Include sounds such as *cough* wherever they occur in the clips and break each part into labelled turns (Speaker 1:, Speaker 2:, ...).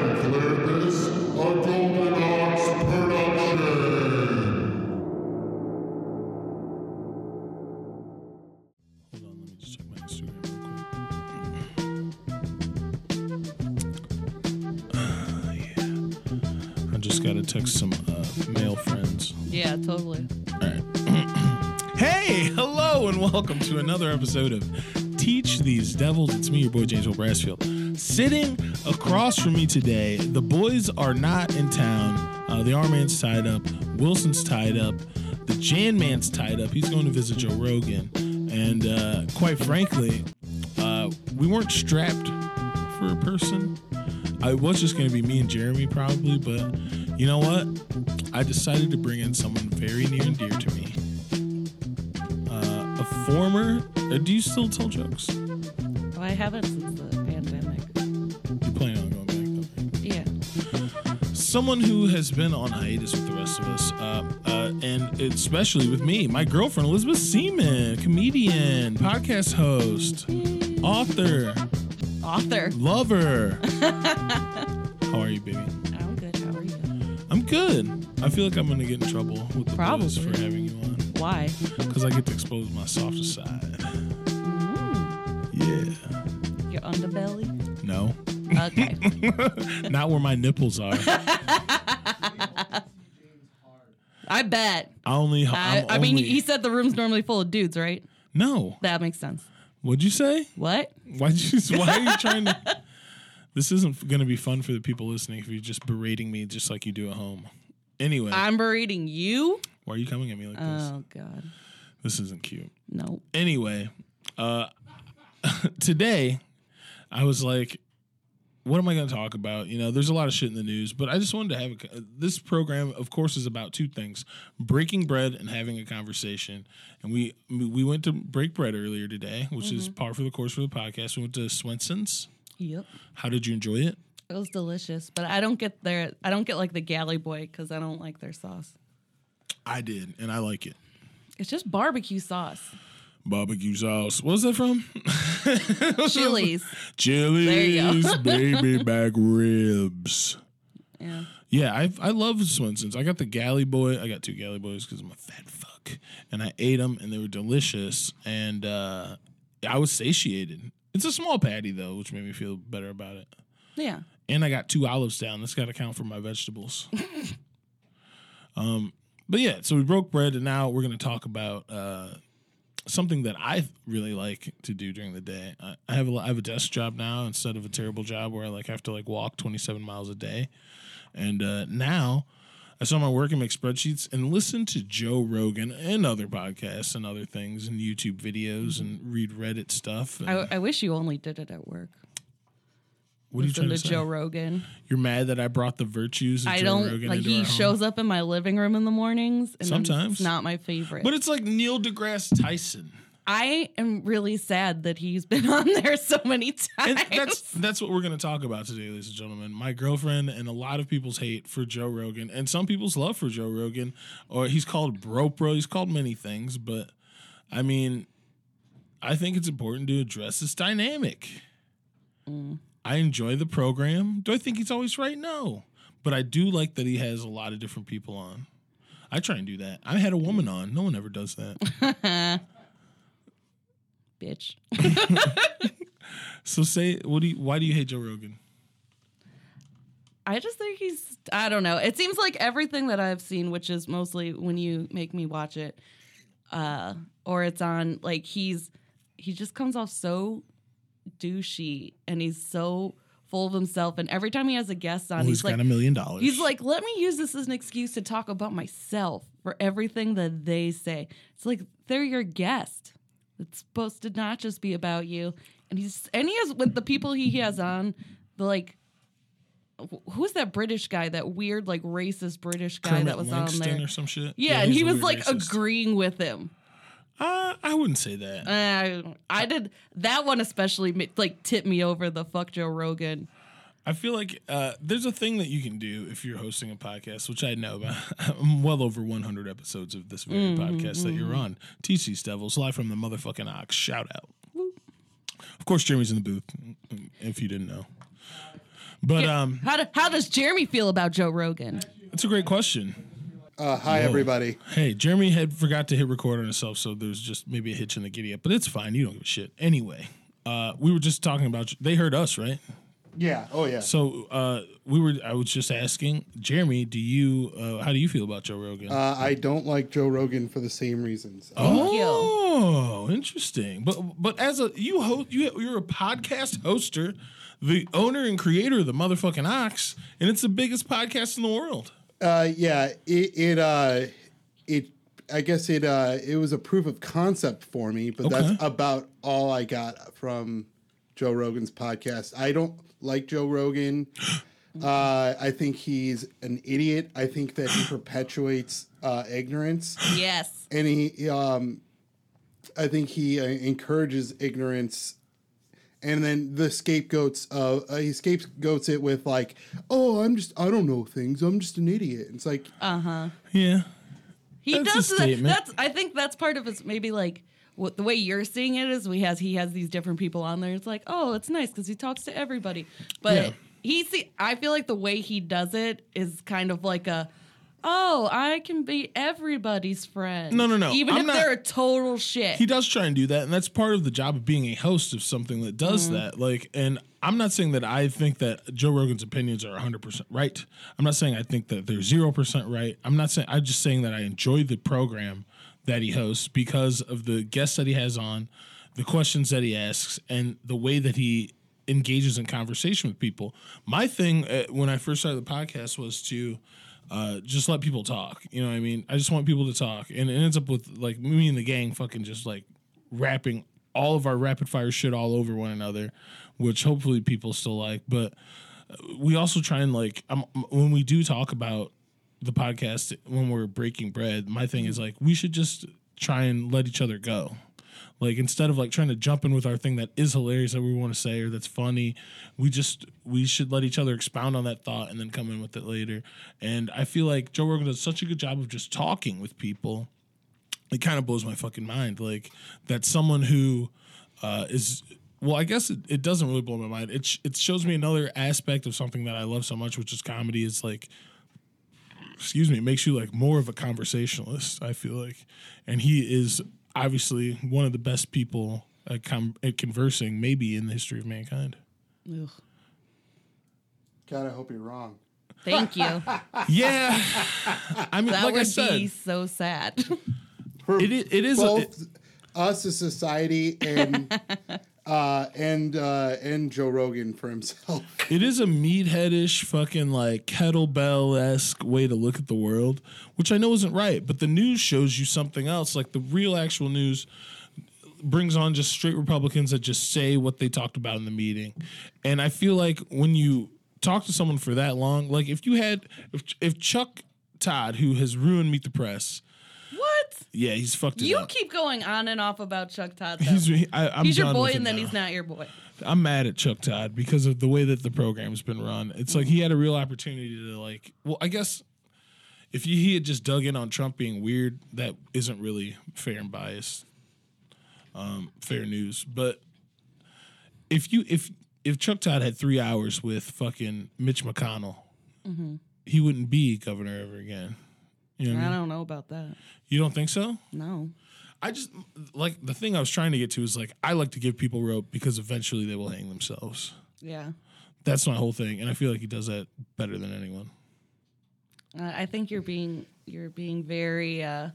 Speaker 1: Atlantis, a Golden Ox production.
Speaker 2: Hold on, let me just check my Instagram real quick. Ah, *sighs* yeah. I just gotta text some uh, male friends.
Speaker 3: Yeah, totally.
Speaker 2: *clears throat* Hey, hello, and welcome to another episode of Teach These Devils. It's me, your boy James Will Brassfield. Sitting across from me today, the boys are not in town. Uh, the R Man's tied up, Wilson's tied up, the Jan Man's tied up. He's going to visit Joe Rogan. And uh, quite frankly, uh, we weren't strapped for a person. I was just going to be me and Jeremy probably, but you know what? I decided to bring in someone very near and dear to me a former. uh, Do you still tell jokes? You
Speaker 3: Well, I haven't since the pandemic.
Speaker 2: plan on going back though. right?
Speaker 3: Yeah.
Speaker 2: Someone who has been on hiatus with the rest of us, uh, uh, and especially with me, my girlfriend Elizabeth Seaman, comedian, podcast host, author,
Speaker 3: Author.
Speaker 2: lover. How are you, baby?
Speaker 3: I'm good. How are you?
Speaker 2: I'm good. I feel like I'm gonna get in trouble with the
Speaker 3: Probably.
Speaker 2: boys for having you on
Speaker 3: Why?
Speaker 2: because I get to expose my softer side.
Speaker 3: Mm,
Speaker 2: Yeah.
Speaker 3: your *laughs* underbelly?
Speaker 2: No.
Speaker 3: Okay.
Speaker 2: Not where my nipples are.
Speaker 3: I bet.
Speaker 2: I only.
Speaker 3: *laughs* I,
Speaker 2: I'm
Speaker 3: I mean,
Speaker 2: only-
Speaker 3: he said the room's normally full of dudes, right?
Speaker 2: No.
Speaker 3: That makes sense.
Speaker 2: What'd you say?
Speaker 3: What?
Speaker 2: Why'd you? Why are you trying
Speaker 3: *laughs*
Speaker 2: to? This isn't going to be fun for the people listening if you're just berating me just like you do at home. Anyway,
Speaker 3: I'm berating you?
Speaker 2: why are you coming at me like this?
Speaker 3: Oh, God.
Speaker 2: This isn't cute.
Speaker 3: No.
Speaker 2: Anyway, uh, *laughs* today I was like, what am I going to talk about? You know, there's a lot of shit in the news, but I just wanted to have a, co- this program. Of course, is about two things: breaking bread and having a conversation. And we we went to break bread earlier today, which is part for the course for the podcast. We went to Swenson's.
Speaker 3: Yep.
Speaker 2: How did you enjoy it?
Speaker 3: It was delicious, but I don't get their, I don't get like the galley boy because I don't like their sauce.
Speaker 2: I did, and I like it.
Speaker 3: It's just barbecue sauce.
Speaker 2: *laughs* Barbecue sauce. What's that from? *laughs*
Speaker 3: Chilies.
Speaker 2: Chili's baby back ribs.
Speaker 3: Yeah.
Speaker 2: Yeah, I I love Swenson's. I got the galley boy. I got two galley boys because I'm a fat fuck, and I ate them, and they were delicious, and uh, I was satiated. It's a small patty though, which made me feel better about it.
Speaker 3: Yeah.
Speaker 2: and I got two olives down. That's got to count for my
Speaker 3: *laughs*
Speaker 2: vegetables. um, but yeah, so we broke bread, and now we're going to talk about uh, something that I really like to do during the day. I, I have a, I have a desk job now instead of a terrible job where I like have to like walk twenty seven miles a day, and uh, now. I saw my work and make spreadsheets and listen to Joe Rogan and other podcasts and other things and YouTube videos and read Reddit stuff. And
Speaker 3: I, I wish you only did it at work.
Speaker 2: what are you
Speaker 3: Listen
Speaker 2: trying to, say?
Speaker 3: Joe Rogan.
Speaker 2: You're mad that I brought the virtues of
Speaker 3: I
Speaker 2: Joe
Speaker 3: don't
Speaker 2: Rogan
Speaker 3: like.
Speaker 2: into
Speaker 3: He
Speaker 2: our home?
Speaker 3: shows up in my living room in the mornings. And then
Speaker 2: Sometimes.
Speaker 3: it's not my favorite.
Speaker 2: But it's like Neil deGrasse Tyson.
Speaker 3: I am really sad that he's *laughs* been on there so many
Speaker 2: And
Speaker 3: *laughs* times.
Speaker 2: that's that's what we're going to talk about today, ladies and gentlemen. My girlfriend and a lot of people's hate for Joe Rogan, and some people's love for Joe Rogan, or he's called bro bro. He's called many things, but I mean, I think it's important to address this dynamic.
Speaker 3: Mm.
Speaker 2: I enjoy the program. Do I think he's always right? No, but I do like that he has a lot of different people on. I try and do that. I had a
Speaker 3: Mm.
Speaker 2: woman on. No one ever does that.
Speaker 3: bitch.
Speaker 2: so say, what do you? Why do you hate Joe Rogan?
Speaker 3: I just think he's. I don't know. It seems like everything that I've seen, which is mostly when you make me watch it, uh, or it's on. Like he's he just comes off so douchey, and he's so full of himself. And every time he has a guest on,
Speaker 2: Well,
Speaker 3: he's,
Speaker 2: he's
Speaker 3: like,
Speaker 2: got a million dollars.
Speaker 3: He's like, let me use this as an excuse to talk about myself for everything that they say. It's like they're your guest. It's supposed to not just be about you. And he's and he has with the people he has on the like. wh- Who's that British guy? That weird like racist British guy
Speaker 2: Kermit
Speaker 3: that was
Speaker 2: Langston
Speaker 3: on there.
Speaker 2: or some shit.
Speaker 3: Yeah, and
Speaker 2: he's
Speaker 3: he
Speaker 2: a
Speaker 3: was
Speaker 2: weird
Speaker 3: like
Speaker 2: racist.
Speaker 3: agreeing with him.
Speaker 2: Uh, I wouldn't say that.
Speaker 3: Uh, I did that one especially ma- like tipped me over the fuck Joe Rogan.
Speaker 2: I feel like uh, there's a thing that you can do if you're hosting a podcast, which I know about. *laughs* I'm well over 100 episodes of this very
Speaker 3: Mm-hmm,
Speaker 2: podcast that you're on. TC's Devils, live from the motherfucking Ox. Shout out. Of course, Jeremy's in the booth, if you didn't know. But um,
Speaker 3: How, do, how does Jeremy feel about Joe Rogan?
Speaker 2: it's a great question.
Speaker 4: Uh, hi, everybody.
Speaker 2: Hey, Jeremy had forgot to hit record on himself, so there's just maybe a hitch in the giddy up, but it's fine. You don't give a shit. Anyway, uh, we were just talking about they heard us, right?
Speaker 4: Yeah. Oh, yeah.
Speaker 2: So uh, we were. I was just asking Jeremy, do you? Uh, how do you feel about Joe Rogan?
Speaker 4: Uh, I don't like Joe Rogan for the same reasons.
Speaker 3: Thank you.
Speaker 2: oh, interesting. But but as a you host, you you're a podcast hoster, the owner and creator of the motherfucking Ox, and it's the biggest podcast in the world.
Speaker 4: Uh, yeah, it it uh, it I guess it uh, it was a proof of concept for me, but
Speaker 2: Okay.
Speaker 4: that's about all I got from Joe Rogan's podcast. I don't like Joe
Speaker 2: *gasps*
Speaker 4: Rogan. Uh, I think he's an idiot. I think that he perpetuates uh, ignorance,
Speaker 3: Yes.
Speaker 4: and he um, I think he uh, encourages ignorance. And then the scapegoats, uh, uh, he scapegoats it with like, "Oh, I'm just, I don't know things. I'm just an idiot." It's like,
Speaker 2: Yeah.
Speaker 3: He
Speaker 2: That's a
Speaker 3: does that.
Speaker 2: statement.
Speaker 3: That's I think that's part of his maybe like what the way you're seeing it is we has he has these different people on there. It's like, oh, it's nice because he talks to everybody. But
Speaker 2: Yeah.
Speaker 3: he see I feel like the way he does it is kind of like a oh, I can be everybody's friend.
Speaker 2: No, no, no.
Speaker 3: Even
Speaker 2: I'm
Speaker 3: if
Speaker 2: not-
Speaker 3: they're a total shit.
Speaker 2: he does try and do that and that's part of the job of being a host of something that does that like and i'm not saying that i think that joe rogan's opinions are 100% right i'm not saying i think that they're 0% right i'm not saying i'm just saying that i enjoy the program that he hosts because of the guests that he has on the questions that he asks and the way that he engages in conversation with people my thing uh, when i first started the podcast was to uh, just let people talk. You know what I mean? I just want people to talk. And it ends up with like me and the gang fucking just like rapping all of our rapid fire shit all over one another, which hopefully people still like. But we also try and like um, when we do talk about the podcast when we're breaking bread my thing is like we should just try and let each other go like instead of like trying to jump in with our thing that is hilarious that we want to say or that's funny we just we should let each other expound on that thought and then come in with it later and i feel like joe rogan does such a good job of just talking with people it kind of blows my fucking mind. Like that someone who uh, is well, I guess it, it doesn't really blow my mind. It sh- it shows me another aspect of something that I love so much, which is comedy. Is like, excuse me, it makes you like more of a conversationalist. I feel like, and he is obviously one of the best people at, com- at conversing, maybe in the history of
Speaker 3: *laughs*
Speaker 2: mankind.
Speaker 3: Ugh.
Speaker 4: God, I hope you're wrong.
Speaker 2: *laughs*
Speaker 3: Thank you.
Speaker 2: Yeah, I mean,
Speaker 3: That
Speaker 2: like
Speaker 3: would
Speaker 2: I said,
Speaker 3: be
Speaker 2: *laughs*
Speaker 3: so sad.
Speaker 4: For
Speaker 2: it i- it is. A,
Speaker 4: both us as society and *laughs* uh, and uh, and Joe Rogan for himself. *laughs*
Speaker 2: It is a meatheadish, fucking like kettlebell esque way to look at the world, which I know isn't right. But the news shows you something else. Like the real actual news brings on just straight Republicans that just say what they talked about in the meeting. And I feel like when you talk to someone for that long, like if you had if if Chuck Todd, who has ruined Meet the Press,
Speaker 3: what?
Speaker 2: yeah, he's fucked it
Speaker 3: You
Speaker 2: up.
Speaker 3: keep going on and off about Chuck Todd. Though.
Speaker 2: He's, he- I, I'm
Speaker 3: He's your
Speaker 2: done
Speaker 3: boy,
Speaker 2: with it
Speaker 3: and then
Speaker 2: now.
Speaker 3: he's not your boy.
Speaker 2: I'm mad at Chuck Todd because of the way that the program's been run. It's like he had a real opportunity to like. Well, I guess if he he had just dug in on Trump being weird, that isn't really fair and biased, um, fair news. But if you if if Chuck Todd had three hours with fucking Mitch McConnell, he wouldn't be governor ever again. You know what I
Speaker 3: I
Speaker 2: mean?
Speaker 3: don't know about that.
Speaker 2: You don't think so?
Speaker 3: No.
Speaker 2: I just like the thing I was trying to get to is like I like to give people rope because eventually they will hang themselves.
Speaker 3: Yeah.
Speaker 2: That's my whole thing, and I feel like he does that better than anyone.
Speaker 3: Uh, I think you're being you're being very uh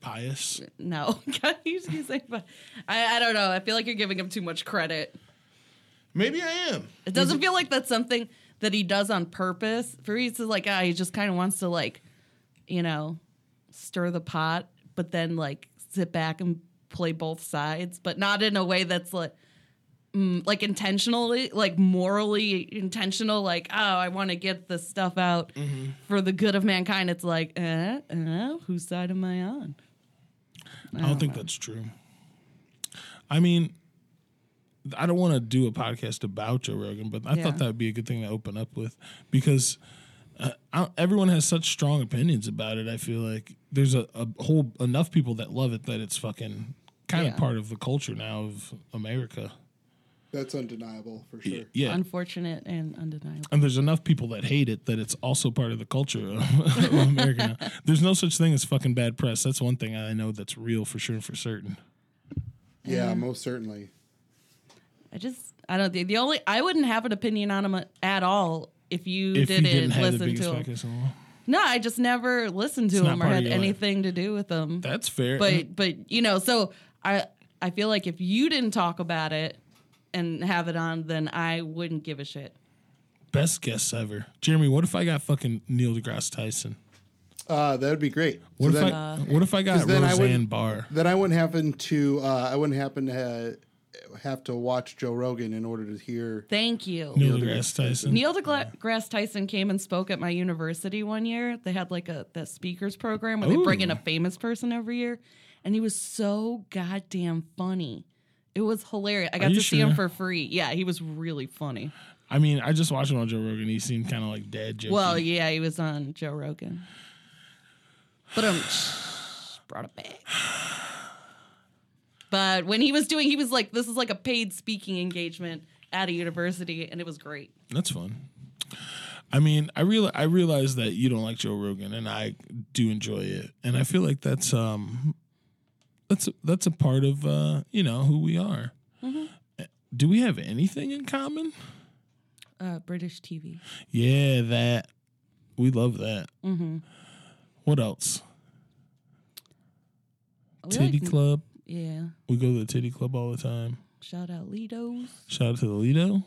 Speaker 2: Pious.
Speaker 3: no. *laughs* God, you should say, but I I don't know. I feel like you're giving him too much credit.
Speaker 2: Maybe I am.
Speaker 3: It doesn't feel like that's something that he does on purpose. For me, it's just like ah, he just kind of wants to like, you know, stir the pot, but then like sit back and play both sides, but not in a way that's like. mm, Like intentionally, like morally intentional, like oh, I want to get this stuff out for the good of mankind. It's like, eh, eh, whose side am I on?
Speaker 2: I don't think that's true. I mean, I don't want to do a podcast about Joe Rogan, but I
Speaker 3: Yeah.
Speaker 2: thought that would be a good thing to open up with because uh, I, everyone has such strong opinions about it. I feel like there's a, a whole enough people that love it that it's fucking kind
Speaker 3: Yeah.
Speaker 2: of part of the culture now of America.
Speaker 4: That's undeniable for sure.
Speaker 2: Yeah.
Speaker 3: Unfortunate and undeniable.
Speaker 2: and there's enough people that hate it that it's also part of the culture of, *laughs* of America now. There's no such thing as fucking bad press. That's one thing I know that's real for sure for certain.
Speaker 4: Yeah, most certainly.
Speaker 3: I just I don't the, the only I wouldn't have an opinion on him at all if you
Speaker 2: If
Speaker 3: didn't,
Speaker 2: you didn't have the
Speaker 3: listen
Speaker 2: biggest
Speaker 3: to him.
Speaker 2: podcast in the world.
Speaker 3: No, I just never listened to
Speaker 2: not
Speaker 3: him or
Speaker 2: part of
Speaker 3: had
Speaker 2: your life.
Speaker 3: anything to do with him.
Speaker 2: That's fair.
Speaker 3: but but you know, so I I feel like if you didn't talk about it and have it on, then I wouldn't give a shit.
Speaker 2: Best guess ever. Jeremy, what if I got fucking Neil deGrasse Tyson?
Speaker 4: Uh, that would be great.
Speaker 2: What
Speaker 4: so
Speaker 2: if
Speaker 4: then,
Speaker 2: I what if I got
Speaker 4: 'cause then I
Speaker 2: Roseanne
Speaker 4: would-
Speaker 2: Barr?
Speaker 4: then I wouldn't happen to uh, I wouldn't happen to uh, have to watch Joe Rogan in order to hear.
Speaker 3: Thank you.
Speaker 2: Neil deGrasse Tyson.
Speaker 3: Neil deGrasse Tyson came and spoke at my university one year. They had like a the speakers program where they bring in
Speaker 2: Ooh.
Speaker 3: a famous person every year, and he was so goddamn funny. It was hilarious. I got
Speaker 2: you
Speaker 3: to see him
Speaker 2: sure?
Speaker 3: for free. Yeah, he was really funny.
Speaker 2: I mean, I just watched him on Joe Rogan. He seemed kind of like dead. Jokey.
Speaker 3: Well, yeah, he was on Joe Rogan. But um, brought it back. But when he was doing, he was like, "This is like a paid speaking engagement at a university," and it was great.
Speaker 2: That's fun. I mean, I real I realize that you don't like Joe Rogan, and I do enjoy it, and I feel like that's um, that's that's a part of uh, you know who we are.
Speaker 3: Mm-hmm.
Speaker 2: Eh, Do we have anything in common?
Speaker 3: Uh, British TV.
Speaker 2: Yeah, that we love that.
Speaker 3: Mm-hmm.
Speaker 2: What else?
Speaker 3: We
Speaker 2: Titty
Speaker 3: like-
Speaker 2: Club.
Speaker 3: Yeah.
Speaker 2: We go to the Titty Club all the time.
Speaker 3: Shout out Lido's.
Speaker 2: Shout out to the Lido.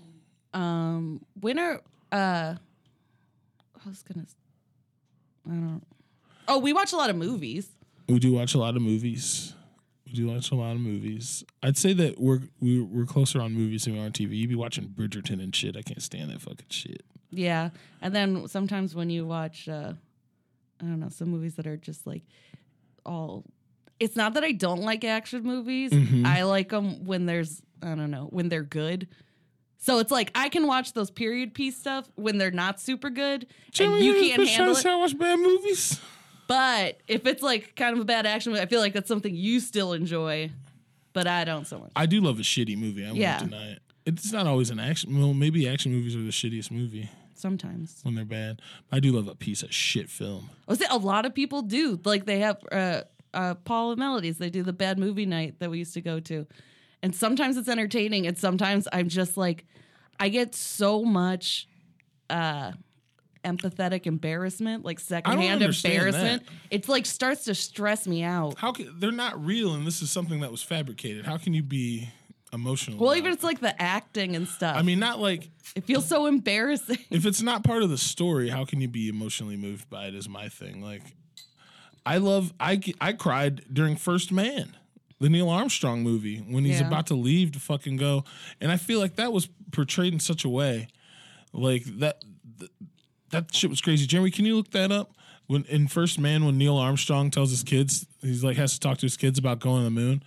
Speaker 3: Um, winner. Uh, I was gonna. I don't. Oh, we watch a lot of movies.
Speaker 2: We do watch a lot of movies. We do watch a lot of movies. I'd say that we're we, we're closer on movies than we are on TV. You'd be watching Bridgerton and shit. I can't stand that fucking shit.
Speaker 3: Yeah, and then sometimes when you watch, uh, I don't know, some movies that are just like all. It's not that I don't like action movies. I like them when there's I don't know when they're good. So it's like I can watch those period piece stuff when they're not super good, and you can't handle it.
Speaker 2: I watch bad movies.
Speaker 3: But if it's like kind of a bad action movie, I feel like that's something you still enjoy, but I don't so much.
Speaker 2: I do love a shitty movie. I won't
Speaker 3: Yeah.
Speaker 2: deny it. It's not always an action. Well, maybe action movies are the shittiest movie
Speaker 3: Sometimes.
Speaker 2: when they're bad. I do love a piece of shit film.
Speaker 3: I would say a lot of people do. Like they have uh, uh, Paul and Melodies, they do the bad movie night that we used to go to. And sometimes it's entertaining, and sometimes I'm just like, I get so much uh, empathetic embarrassment, like secondhand
Speaker 2: understand
Speaker 3: embarrassment.
Speaker 2: that.
Speaker 3: It's like starts to stress me out.
Speaker 2: How can, they're not real, and this is something that was fabricated. How can you be emotional?
Speaker 3: Well,
Speaker 2: about
Speaker 3: even
Speaker 2: it?
Speaker 3: it's like the acting and stuff.
Speaker 2: I mean, not like
Speaker 3: it feels so embarrassing.
Speaker 2: *laughs* if it's not part of the story, how can you be emotionally moved by it? Is my thing. Like, I love. I ge- I cried during First Man, the Neil Armstrong movie, when he's
Speaker 3: Yeah.
Speaker 2: about to leave to fucking go, and I feel like that was portrayed in such a way, like that. th- that shit was crazy. Jeremy, can you look that up? When in First Man, when Neil Armstrong tells his kids, he's like has to talk to his kids about going to the moon.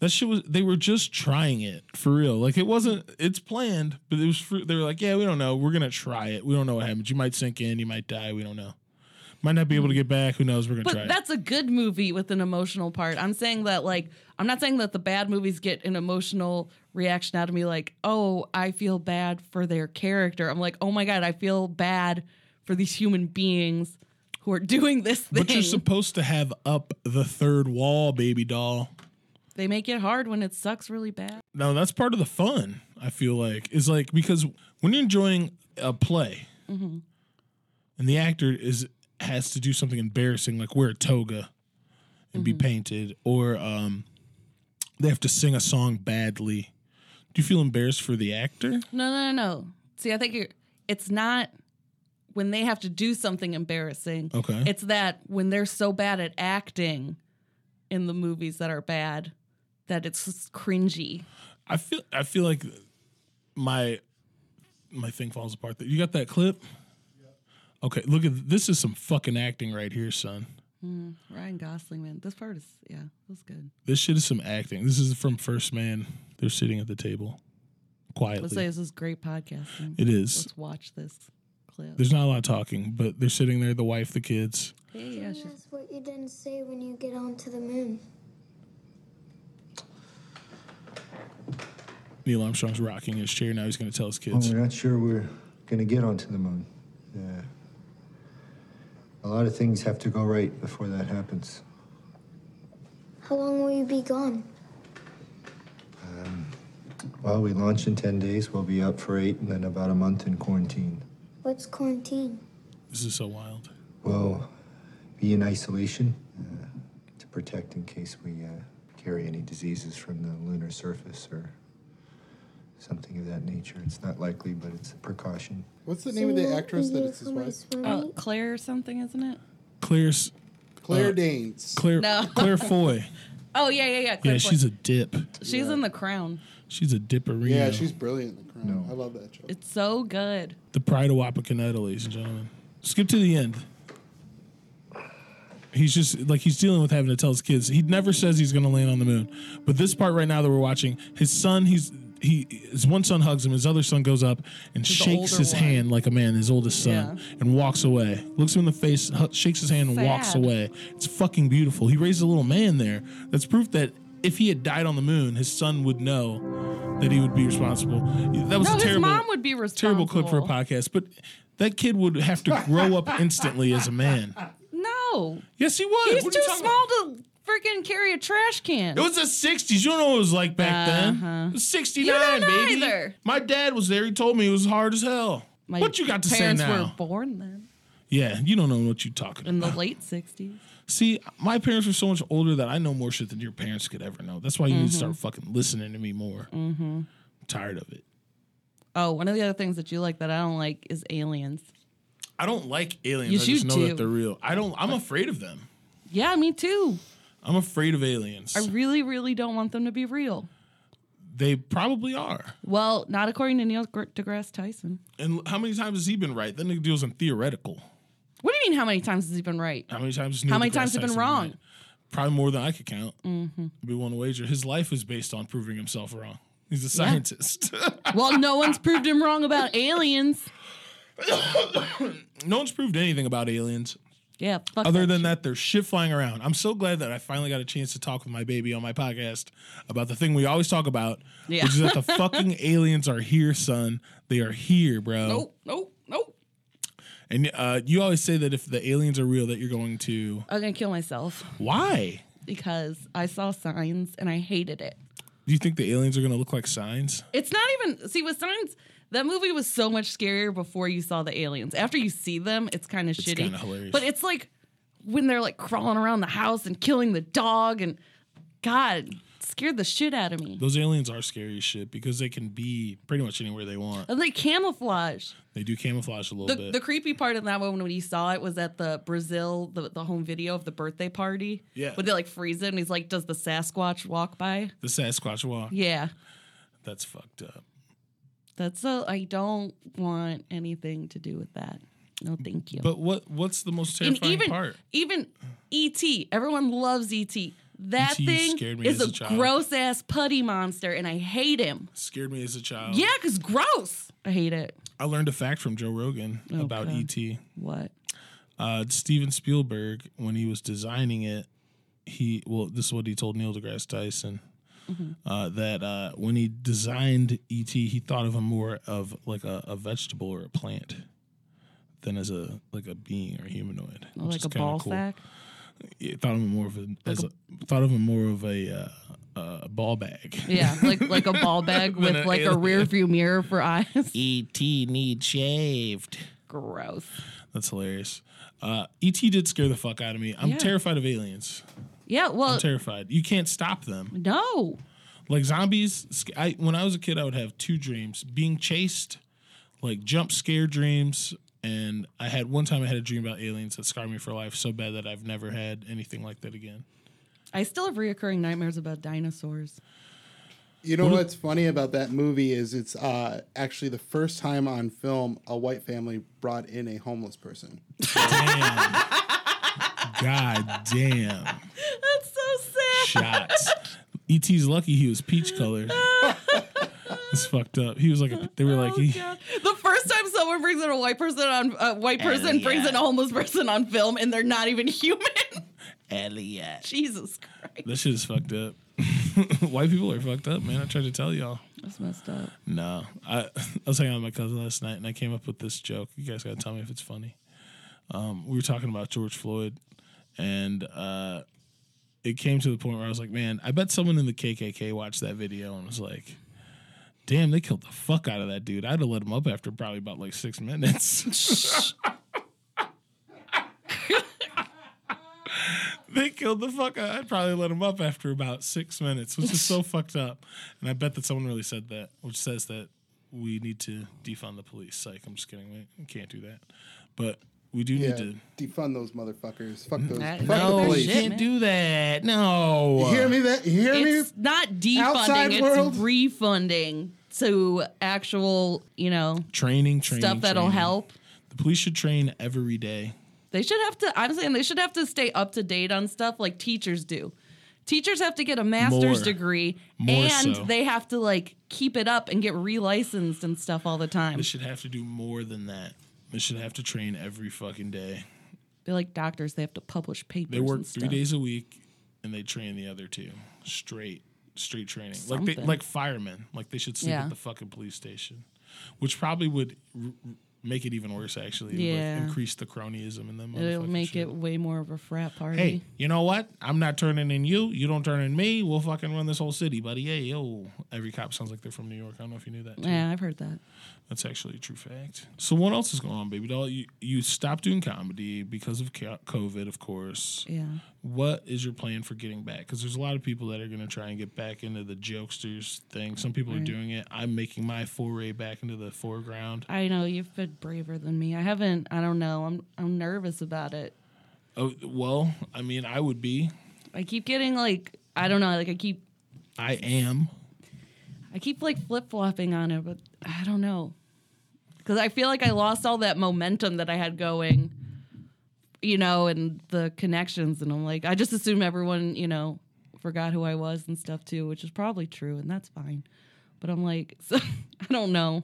Speaker 2: That shit was. They were just trying it for real. Like it wasn't. It's planned, but it was. For, they were like, yeah, we don't know. We're gonna try it. We don't know what happens. You might sink in. You might die. We don't know. Might not be able to get back. Who knows? We're gonna try
Speaker 3: But that's a good movie with an emotional part. I'm saying that like I'm not saying that the bad movies get an emotional reaction out of me like, "Oh, I feel bad for their character." I'm like, "Oh my god, I feel bad for these human beings who are doing this
Speaker 2: it.
Speaker 3: thing."
Speaker 2: But you're supposed to have up the third wall, baby doll.
Speaker 3: they make it hard when it sucks really bad.
Speaker 2: No, that's part of the fun. I feel like is like because when you're enjoying a play, and the actor is has to do something embarrassing, like wear a toga and be painted, or um, they have to sing a song badly. Do you feel embarrassed for the actor?
Speaker 3: No, no, no, no. See, I think you're, it's not when they have to do something embarrassing.
Speaker 2: Okay.
Speaker 3: It's that when they're so bad at acting in the movies that are bad that it's just cringy.
Speaker 2: I feel I feel like my my thing falls apart. You got that clip? Okay, look at this is some fucking acting right here, son.
Speaker 3: Ryan Gosling, man. This part is, yeah, it was good.
Speaker 2: This shit is some acting. This is from First Man. They're sitting at the table
Speaker 3: Let's say
Speaker 2: quietly.
Speaker 3: this is great podcasting.
Speaker 2: It is.
Speaker 3: Let's watch this clip.
Speaker 2: There's not a lot of talking, but they're sitting there, the wife, the kids.
Speaker 3: Hey, yeah, she's,
Speaker 5: That's what you didn't say when you get onto the moon.
Speaker 2: Neil Armstrong's rocking his chair. Now he's going to tell his
Speaker 6: Well,
Speaker 4: Oh,
Speaker 2: kids.
Speaker 6: Oh, we're not sure we're going to get onto the moon. Yeah. A lot of things have to go right before that happens.
Speaker 5: How long will you be gone?
Speaker 6: Well, we launch in 10 days. We'll be out for eight and then about a month in quarantine.
Speaker 5: What's quarantine?
Speaker 2: This is so wild.
Speaker 6: We'll be in isolation uh, to protect in case we uh, carry any diseases from the lunar surface or something of that nature. It's not likely, but it's a precaution.
Speaker 4: What's the
Speaker 5: So
Speaker 4: name of
Speaker 5: you
Speaker 4: the
Speaker 5: won't be
Speaker 4: actress that
Speaker 5: here
Speaker 4: is his
Speaker 5: for my
Speaker 4: wife?
Speaker 5: swimming?
Speaker 3: Uh, Claire or something, isn't it?
Speaker 2: Claire's
Speaker 3: Uh,
Speaker 4: Claire Danes.
Speaker 2: Claire
Speaker 3: No.
Speaker 2: Claire Foy.
Speaker 3: Oh yeah, yeah, yeah. *laughs* Claire
Speaker 2: Yeah, she's a dip.
Speaker 3: she's in The Crown.
Speaker 2: She's a dipperino.
Speaker 4: Yeah, she's brilliant. in The Crown. I love that show.
Speaker 3: It's so good.
Speaker 2: the pride of Wapakoneta, ladies and gentlemen. Skip to the end. He's just like he's dealing with having to tell his kids. He never says he's going to land on the moon, but this part right now that we're watching, his son, he's he, his one son hugs him, his other son goes up and
Speaker 3: the
Speaker 2: shakes
Speaker 3: older
Speaker 2: his
Speaker 3: one.
Speaker 2: hand like a man, his oldest son, and walks away. Looks him in the face, hu- shakes his hand, and walks
Speaker 3: Sad.
Speaker 2: away. It's fucking beautiful. He raised a little man there. That's proof that if he had died on the moon, his son would know that he would be responsible. That was
Speaker 3: No,
Speaker 2: a
Speaker 3: his
Speaker 2: terrible
Speaker 3: mom would be
Speaker 2: terrible
Speaker 3: responsible.
Speaker 2: clip for a podcast, but that kid would have to grow up instantly as a man.
Speaker 3: No,
Speaker 2: Yes, he would.
Speaker 3: he's
Speaker 2: What are you
Speaker 3: too
Speaker 2: talking
Speaker 3: small to freaking carry a trash can.
Speaker 2: about? It was the '60s. You don't know what it was like back then. It was '69,
Speaker 3: Uh-huh. You don't know
Speaker 2: baby.
Speaker 3: either.
Speaker 2: My dad was there. He told me it was hard as hell.
Speaker 3: My
Speaker 2: what you got to say
Speaker 3: parents
Speaker 2: now?
Speaker 3: were born then
Speaker 2: yeah, you don't know what you're talking
Speaker 3: in the
Speaker 2: about.
Speaker 3: late '60s.
Speaker 2: See, my parents were so much older that I know more shit than your parents could ever know. That's why you need to
Speaker 3: Mm-hmm.
Speaker 2: start fucking listening to me more. Mm-hmm. I'm tired of it.
Speaker 3: Oh, one of the other things that you like that I don't like is aliens.
Speaker 2: I don't like aliens.
Speaker 3: Yes,
Speaker 2: I just
Speaker 3: you
Speaker 2: know
Speaker 3: do.
Speaker 2: that they're real. I don't. I'm afraid of them.
Speaker 3: Yeah, me too.
Speaker 2: I'm afraid of aliens.
Speaker 3: I really, really don't want them to be real.
Speaker 2: they probably are.
Speaker 3: Well, not according to Neil deGrasse Tyson.
Speaker 2: And how many times has he been right? That nigga deals in theoretical.
Speaker 3: What do you mean? How many times has he been right?
Speaker 2: How many times? has Neil
Speaker 3: How many
Speaker 2: deGrasse
Speaker 3: times have been
Speaker 2: Tyson
Speaker 3: wrong? Mm-hmm.
Speaker 2: right? Probably more than I could count. Be one to wager. His life is based on proving himself wrong. He's a scientist. *laughs*
Speaker 3: Well, no one's proved him wrong about aliens.
Speaker 2: no one's proved anything about aliens.
Speaker 3: Yeah. Fuck
Speaker 2: Other
Speaker 3: that
Speaker 2: than that, there's shit flying around. I'm so glad that I finally got a chance to talk with my baby on my podcast about the thing we always talk about,
Speaker 3: Yeah.
Speaker 2: which is
Speaker 3: *laughs*
Speaker 2: that the fucking aliens are here, son. They are here, bro.
Speaker 3: Nope, nope, nope.
Speaker 2: And uh, you always say that if the aliens are real, that you're going to.
Speaker 3: I'm gonna kill myself
Speaker 2: Why?
Speaker 3: because I saw signs and I hated it.
Speaker 2: Do you think the aliens are going to look like signs?
Speaker 3: It's not even see with signs. That movie was so much scarier before you saw the aliens. After you see them, it's kind of shitty.
Speaker 2: kinda hilarious.
Speaker 3: But it's like when they're like crawling around the house and killing the dog and God it scared the shit out of me.
Speaker 2: Those aliens are scary as shit because they can be pretty much anywhere they want.
Speaker 3: And they camouflage.
Speaker 2: They do camouflage a little
Speaker 3: Uh, The,
Speaker 2: bit.
Speaker 3: the creepy part in that one when you saw it was at the Brazil, the, the home video of the birthday party.
Speaker 2: Yeah.
Speaker 3: Where they like freeze it and he's like, Does the Sasquatch walk by?
Speaker 2: the Sasquatch walk.
Speaker 3: Yeah.
Speaker 2: That's fucked up.
Speaker 3: That's so I don't want anything to do with that. No, thank you.
Speaker 2: But what what's the most
Speaker 3: and
Speaker 2: terrifying
Speaker 3: even
Speaker 2: part?
Speaker 3: even ET, everyone loves ET. That
Speaker 2: E.T. E scared
Speaker 3: thing
Speaker 2: me
Speaker 3: is
Speaker 2: as a
Speaker 3: a,
Speaker 2: child. Oh.
Speaker 3: gross ass putty monster, and I hate him.
Speaker 2: Scared me as a child.
Speaker 3: Yeah, cause gross. I hate it.
Speaker 2: I learned a fact from Joe Rogan about E
Speaker 3: Okay.
Speaker 2: ET.
Speaker 3: What?
Speaker 2: Uh, Steven Spielberg, when he was designing it, he well, this is what he told Neil deGrasse Tyson.
Speaker 3: Mm-hmm.
Speaker 2: Uh, that uh, when he designed ET, he thought of him more of like a, a vegetable or a plant than as a like a being or humanoid, which
Speaker 3: like
Speaker 2: is
Speaker 3: a
Speaker 2: kinda
Speaker 3: ball
Speaker 2: cool.
Speaker 3: sack?
Speaker 2: Yeah, thought of him more of a, as a, thought of him more of a uh, uh, ball bag.
Speaker 3: Yeah, like like a
Speaker 2: *laughs*
Speaker 3: ball bag
Speaker 2: Than
Speaker 3: with
Speaker 2: an
Speaker 3: like a
Speaker 2: alien.
Speaker 3: rear view mirror for eyes.
Speaker 2: ET needs shaved.
Speaker 3: gross.
Speaker 2: That's hilarious. Uh, ET did scare the fuck out of me. I'm
Speaker 3: Yeah. Uh,
Speaker 2: terrified of aliens.
Speaker 3: Yeah. Well,
Speaker 2: I'm terrified. You can't stop them.
Speaker 3: no.
Speaker 2: Like zombies. sc- I, when I was a kid, I would have two dreams: being chased, like jump scare dreams, and I had one time I had a dream about aliens that scarred me for life so bad that I've never had anything like that again.
Speaker 3: I still have reoccurring nightmares about dinosaurs.
Speaker 4: You know what's funny about that movie is it's uh, actually the first time on film a white family brought in a homeless person.
Speaker 2: Damn. God damn.
Speaker 3: That's so sad.
Speaker 2: shots. ET's lucky he was peach colored. It's fucked up. He was like, a, they were like,
Speaker 3: Oh,
Speaker 2: he,
Speaker 3: God. the first time someone brings in a white person on a white person brings in a homeless person on film and they're not even *laughs* human.
Speaker 2: Elliot.
Speaker 3: Jesus Christ.
Speaker 2: *laughs* That shit is fucked up. White people are fucked up, man. I tried to tell y'all.
Speaker 3: That's messed up.
Speaker 2: No, I, *laughs* I was hanging out with my cousin last night, and I came up with this joke. You guys gotta tell me if it's funny. Um, we were talking about George Floyd, and uh, it came to the point where I was like, "Man, I bet someone in the KKK watched that video and was like." Damn, they killed the fuck out of that dude. I'd have let him up after probably about like six minutes. they killed the fuck out. I'd probably let him up after about six minutes, which is so fucked up. And I bet that someone really said that, which says that we need to defund the police. Psych, I'm just kidding. We- We can't do that. But we do
Speaker 4: Yeah,
Speaker 2: need to.
Speaker 4: defund those motherfuckers. Fuck
Speaker 3: Mm.
Speaker 4: those.
Speaker 3: That-
Speaker 4: fuck
Speaker 3: no,
Speaker 4: the police.
Speaker 3: Oh, shit. man.
Speaker 2: do that. No.
Speaker 4: You hear me? That you hear
Speaker 3: It's
Speaker 4: me?
Speaker 3: not defunding,
Speaker 4: Outside
Speaker 3: it's
Speaker 4: world?
Speaker 3: refunding to actual, you know,
Speaker 2: Training, training.
Speaker 3: stuff that'll
Speaker 2: training.
Speaker 3: help.
Speaker 2: The police should train every day.
Speaker 3: They should have to. I'm saying they should have to stay up to date on stuff like teachers do. Teachers have to get a master's
Speaker 2: More.
Speaker 3: degree,
Speaker 2: More
Speaker 3: and
Speaker 2: so.
Speaker 3: they have to like keep it up and get relicensed and stuff all the time.
Speaker 2: They should have to do more than that. They should have to train every fucking day.
Speaker 3: They're like doctors; they have to publish papers.
Speaker 2: They work
Speaker 3: and
Speaker 2: three
Speaker 3: stuff.
Speaker 2: days a week, and they train the other two straight street training, like they,
Speaker 3: Something.
Speaker 2: like firemen. Like they should sleep
Speaker 3: Yeah.
Speaker 2: at the fucking police station, which probably would r- r- make it even worse. Actually, It would,
Speaker 3: Yeah.
Speaker 2: like, increase the cronyism in them.
Speaker 3: It'll
Speaker 2: motherfucking
Speaker 3: make
Speaker 2: shit.
Speaker 3: it way more of a frat party.
Speaker 2: Hey, you know what? I'm not turning in you. You don't turn in me. We'll fucking run this whole city, buddy. Hey, yo. Every cop sounds like they're from New York. I don't know if you knew that. too.
Speaker 3: yeah, I've heard that.
Speaker 2: That's actually a true fact. So what else is going on, baby doll? You you stopped doing comedy because of co- COVID, of course.
Speaker 3: Yeah,
Speaker 2: What is your plan for getting back? Because there's a lot of people that are going to try and get back into the jokesters thing. Some people are doing it. I'm making my foray back into the foreground.
Speaker 3: I know you've been braver than me. I haven't. I don't know. I'm I'm nervous about it.
Speaker 2: Oh well, I mean, I would be.
Speaker 3: I keep getting like I don't know. Like I keep
Speaker 2: I am.
Speaker 3: I keep like flip flopping on it, but I don't know. Because I feel like I lost all that momentum that I had going, you know, and the connections. And I'm like, I just assume everyone, you know, forgot who I was and stuff too, which is probably true. And that's fine. But I'm like, *laughs* so, I don't know.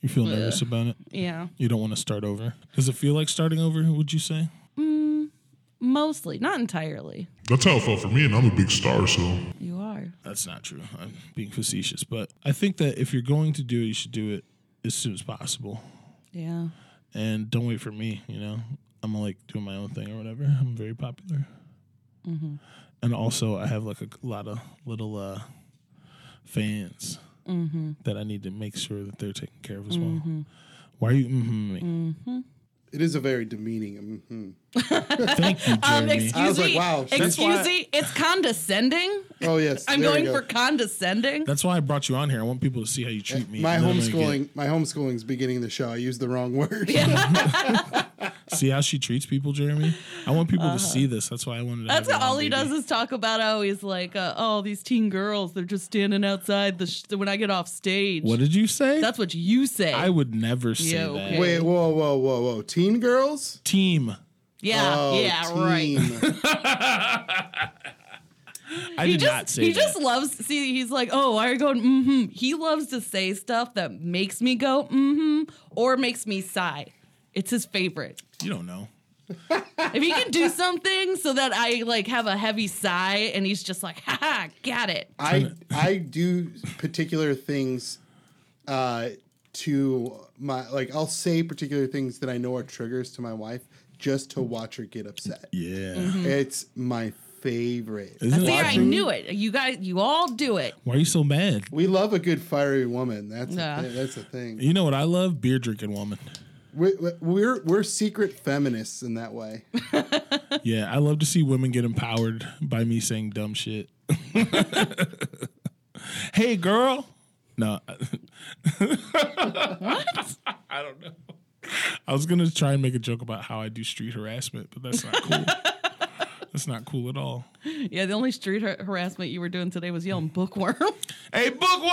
Speaker 2: You feel nervous about it?
Speaker 3: Yeah.
Speaker 2: You don't want to start over. Does it feel like starting over? Would you say?
Speaker 3: Mostly, not entirely.
Speaker 1: That's how it felt for me, and I'm a big star, so.
Speaker 3: You are.
Speaker 2: That's not true. I'm being facetious, but I think that if you're going to do it, you should do it as soon as possible.
Speaker 3: Yeah.
Speaker 2: and don't wait for me. You know, I'm like doing my own thing or whatever. I'm very popular, and also I have like a lot of little uh, fans that I need to make sure that they're taken care of as well. Why are you? Mm-hmm me?
Speaker 4: It is a very demeaning. mhm.
Speaker 2: Thank you,
Speaker 3: Um,
Speaker 2: Jeremy.
Speaker 3: excuse
Speaker 4: I was like,
Speaker 3: me.
Speaker 4: wow,
Speaker 3: excuse
Speaker 4: that's why-
Speaker 3: me. It's condescending.
Speaker 4: Oh yes,
Speaker 3: I'm
Speaker 4: there we
Speaker 3: going
Speaker 4: go.
Speaker 3: for condescending.
Speaker 2: That's why I brought you on here. I want people to see how you treat me.
Speaker 4: my
Speaker 2: and then I'm gonna
Speaker 4: homeschooling. My homeschooling's beginning the show. I used the wrong word.
Speaker 2: get- see how she treats people, Jeremy. I want people to see this. That's why I wanted. To
Speaker 3: That's
Speaker 2: have you
Speaker 3: all
Speaker 2: on,
Speaker 3: he
Speaker 2: baby.
Speaker 3: does is talk about how he's like, uh, oh, these teen girls, they're just standing outside the sh- when I get off stage.
Speaker 2: What did you say?
Speaker 3: That's what you say.
Speaker 2: I would never say
Speaker 3: Yeah,
Speaker 2: that.
Speaker 3: okay.
Speaker 4: Wait, whoa, whoa, whoa, whoa! Teen girls. Oh,
Speaker 2: Team.
Speaker 3: yeah, Uh, yeah, right.
Speaker 4: right.
Speaker 2: I
Speaker 3: He
Speaker 2: did
Speaker 3: just
Speaker 2: not say
Speaker 3: he
Speaker 2: that.
Speaker 3: just loves. See, he's like, oh, I go. Mm-hmm. He loves to say stuff that makes me go mm-hmm or makes me sigh. It's his favorite.
Speaker 2: you don't know.
Speaker 3: if he
Speaker 2: *laughs*
Speaker 3: can do something so that I like have a heavy sigh and he's just like, ha ha, got it.
Speaker 4: *laughs* I I do particular things uh, to my like. I'll say particular things that I know are triggers to my wife just to watch her get upset.
Speaker 2: Yeah.
Speaker 4: It's my favorite.
Speaker 2: Isn't
Speaker 3: See,
Speaker 2: it?
Speaker 3: Mm-hmm. I knew it. You guys, you all do it.
Speaker 2: Why are you so mad?
Speaker 4: We love a good fiery woman. That's
Speaker 3: Yeah.
Speaker 4: a, thi- that's a thing.
Speaker 2: You know what I love? Beer drinking woman.
Speaker 4: We- we- We're we're secret feminists in that way.
Speaker 2: Yeah, I love to see women get empowered by me saying dumb shit. *laughs* hey, girl. No. *laughs*
Speaker 3: What?
Speaker 2: I don't know. I was gonna try and make a joke about how I do street harassment, but that's not cool. that's not cool at all.
Speaker 3: Yeah, the only street har- harassment you were doing today was yelling bookworm. *laughs* like
Speaker 2: Hey, bookworm. *laughs*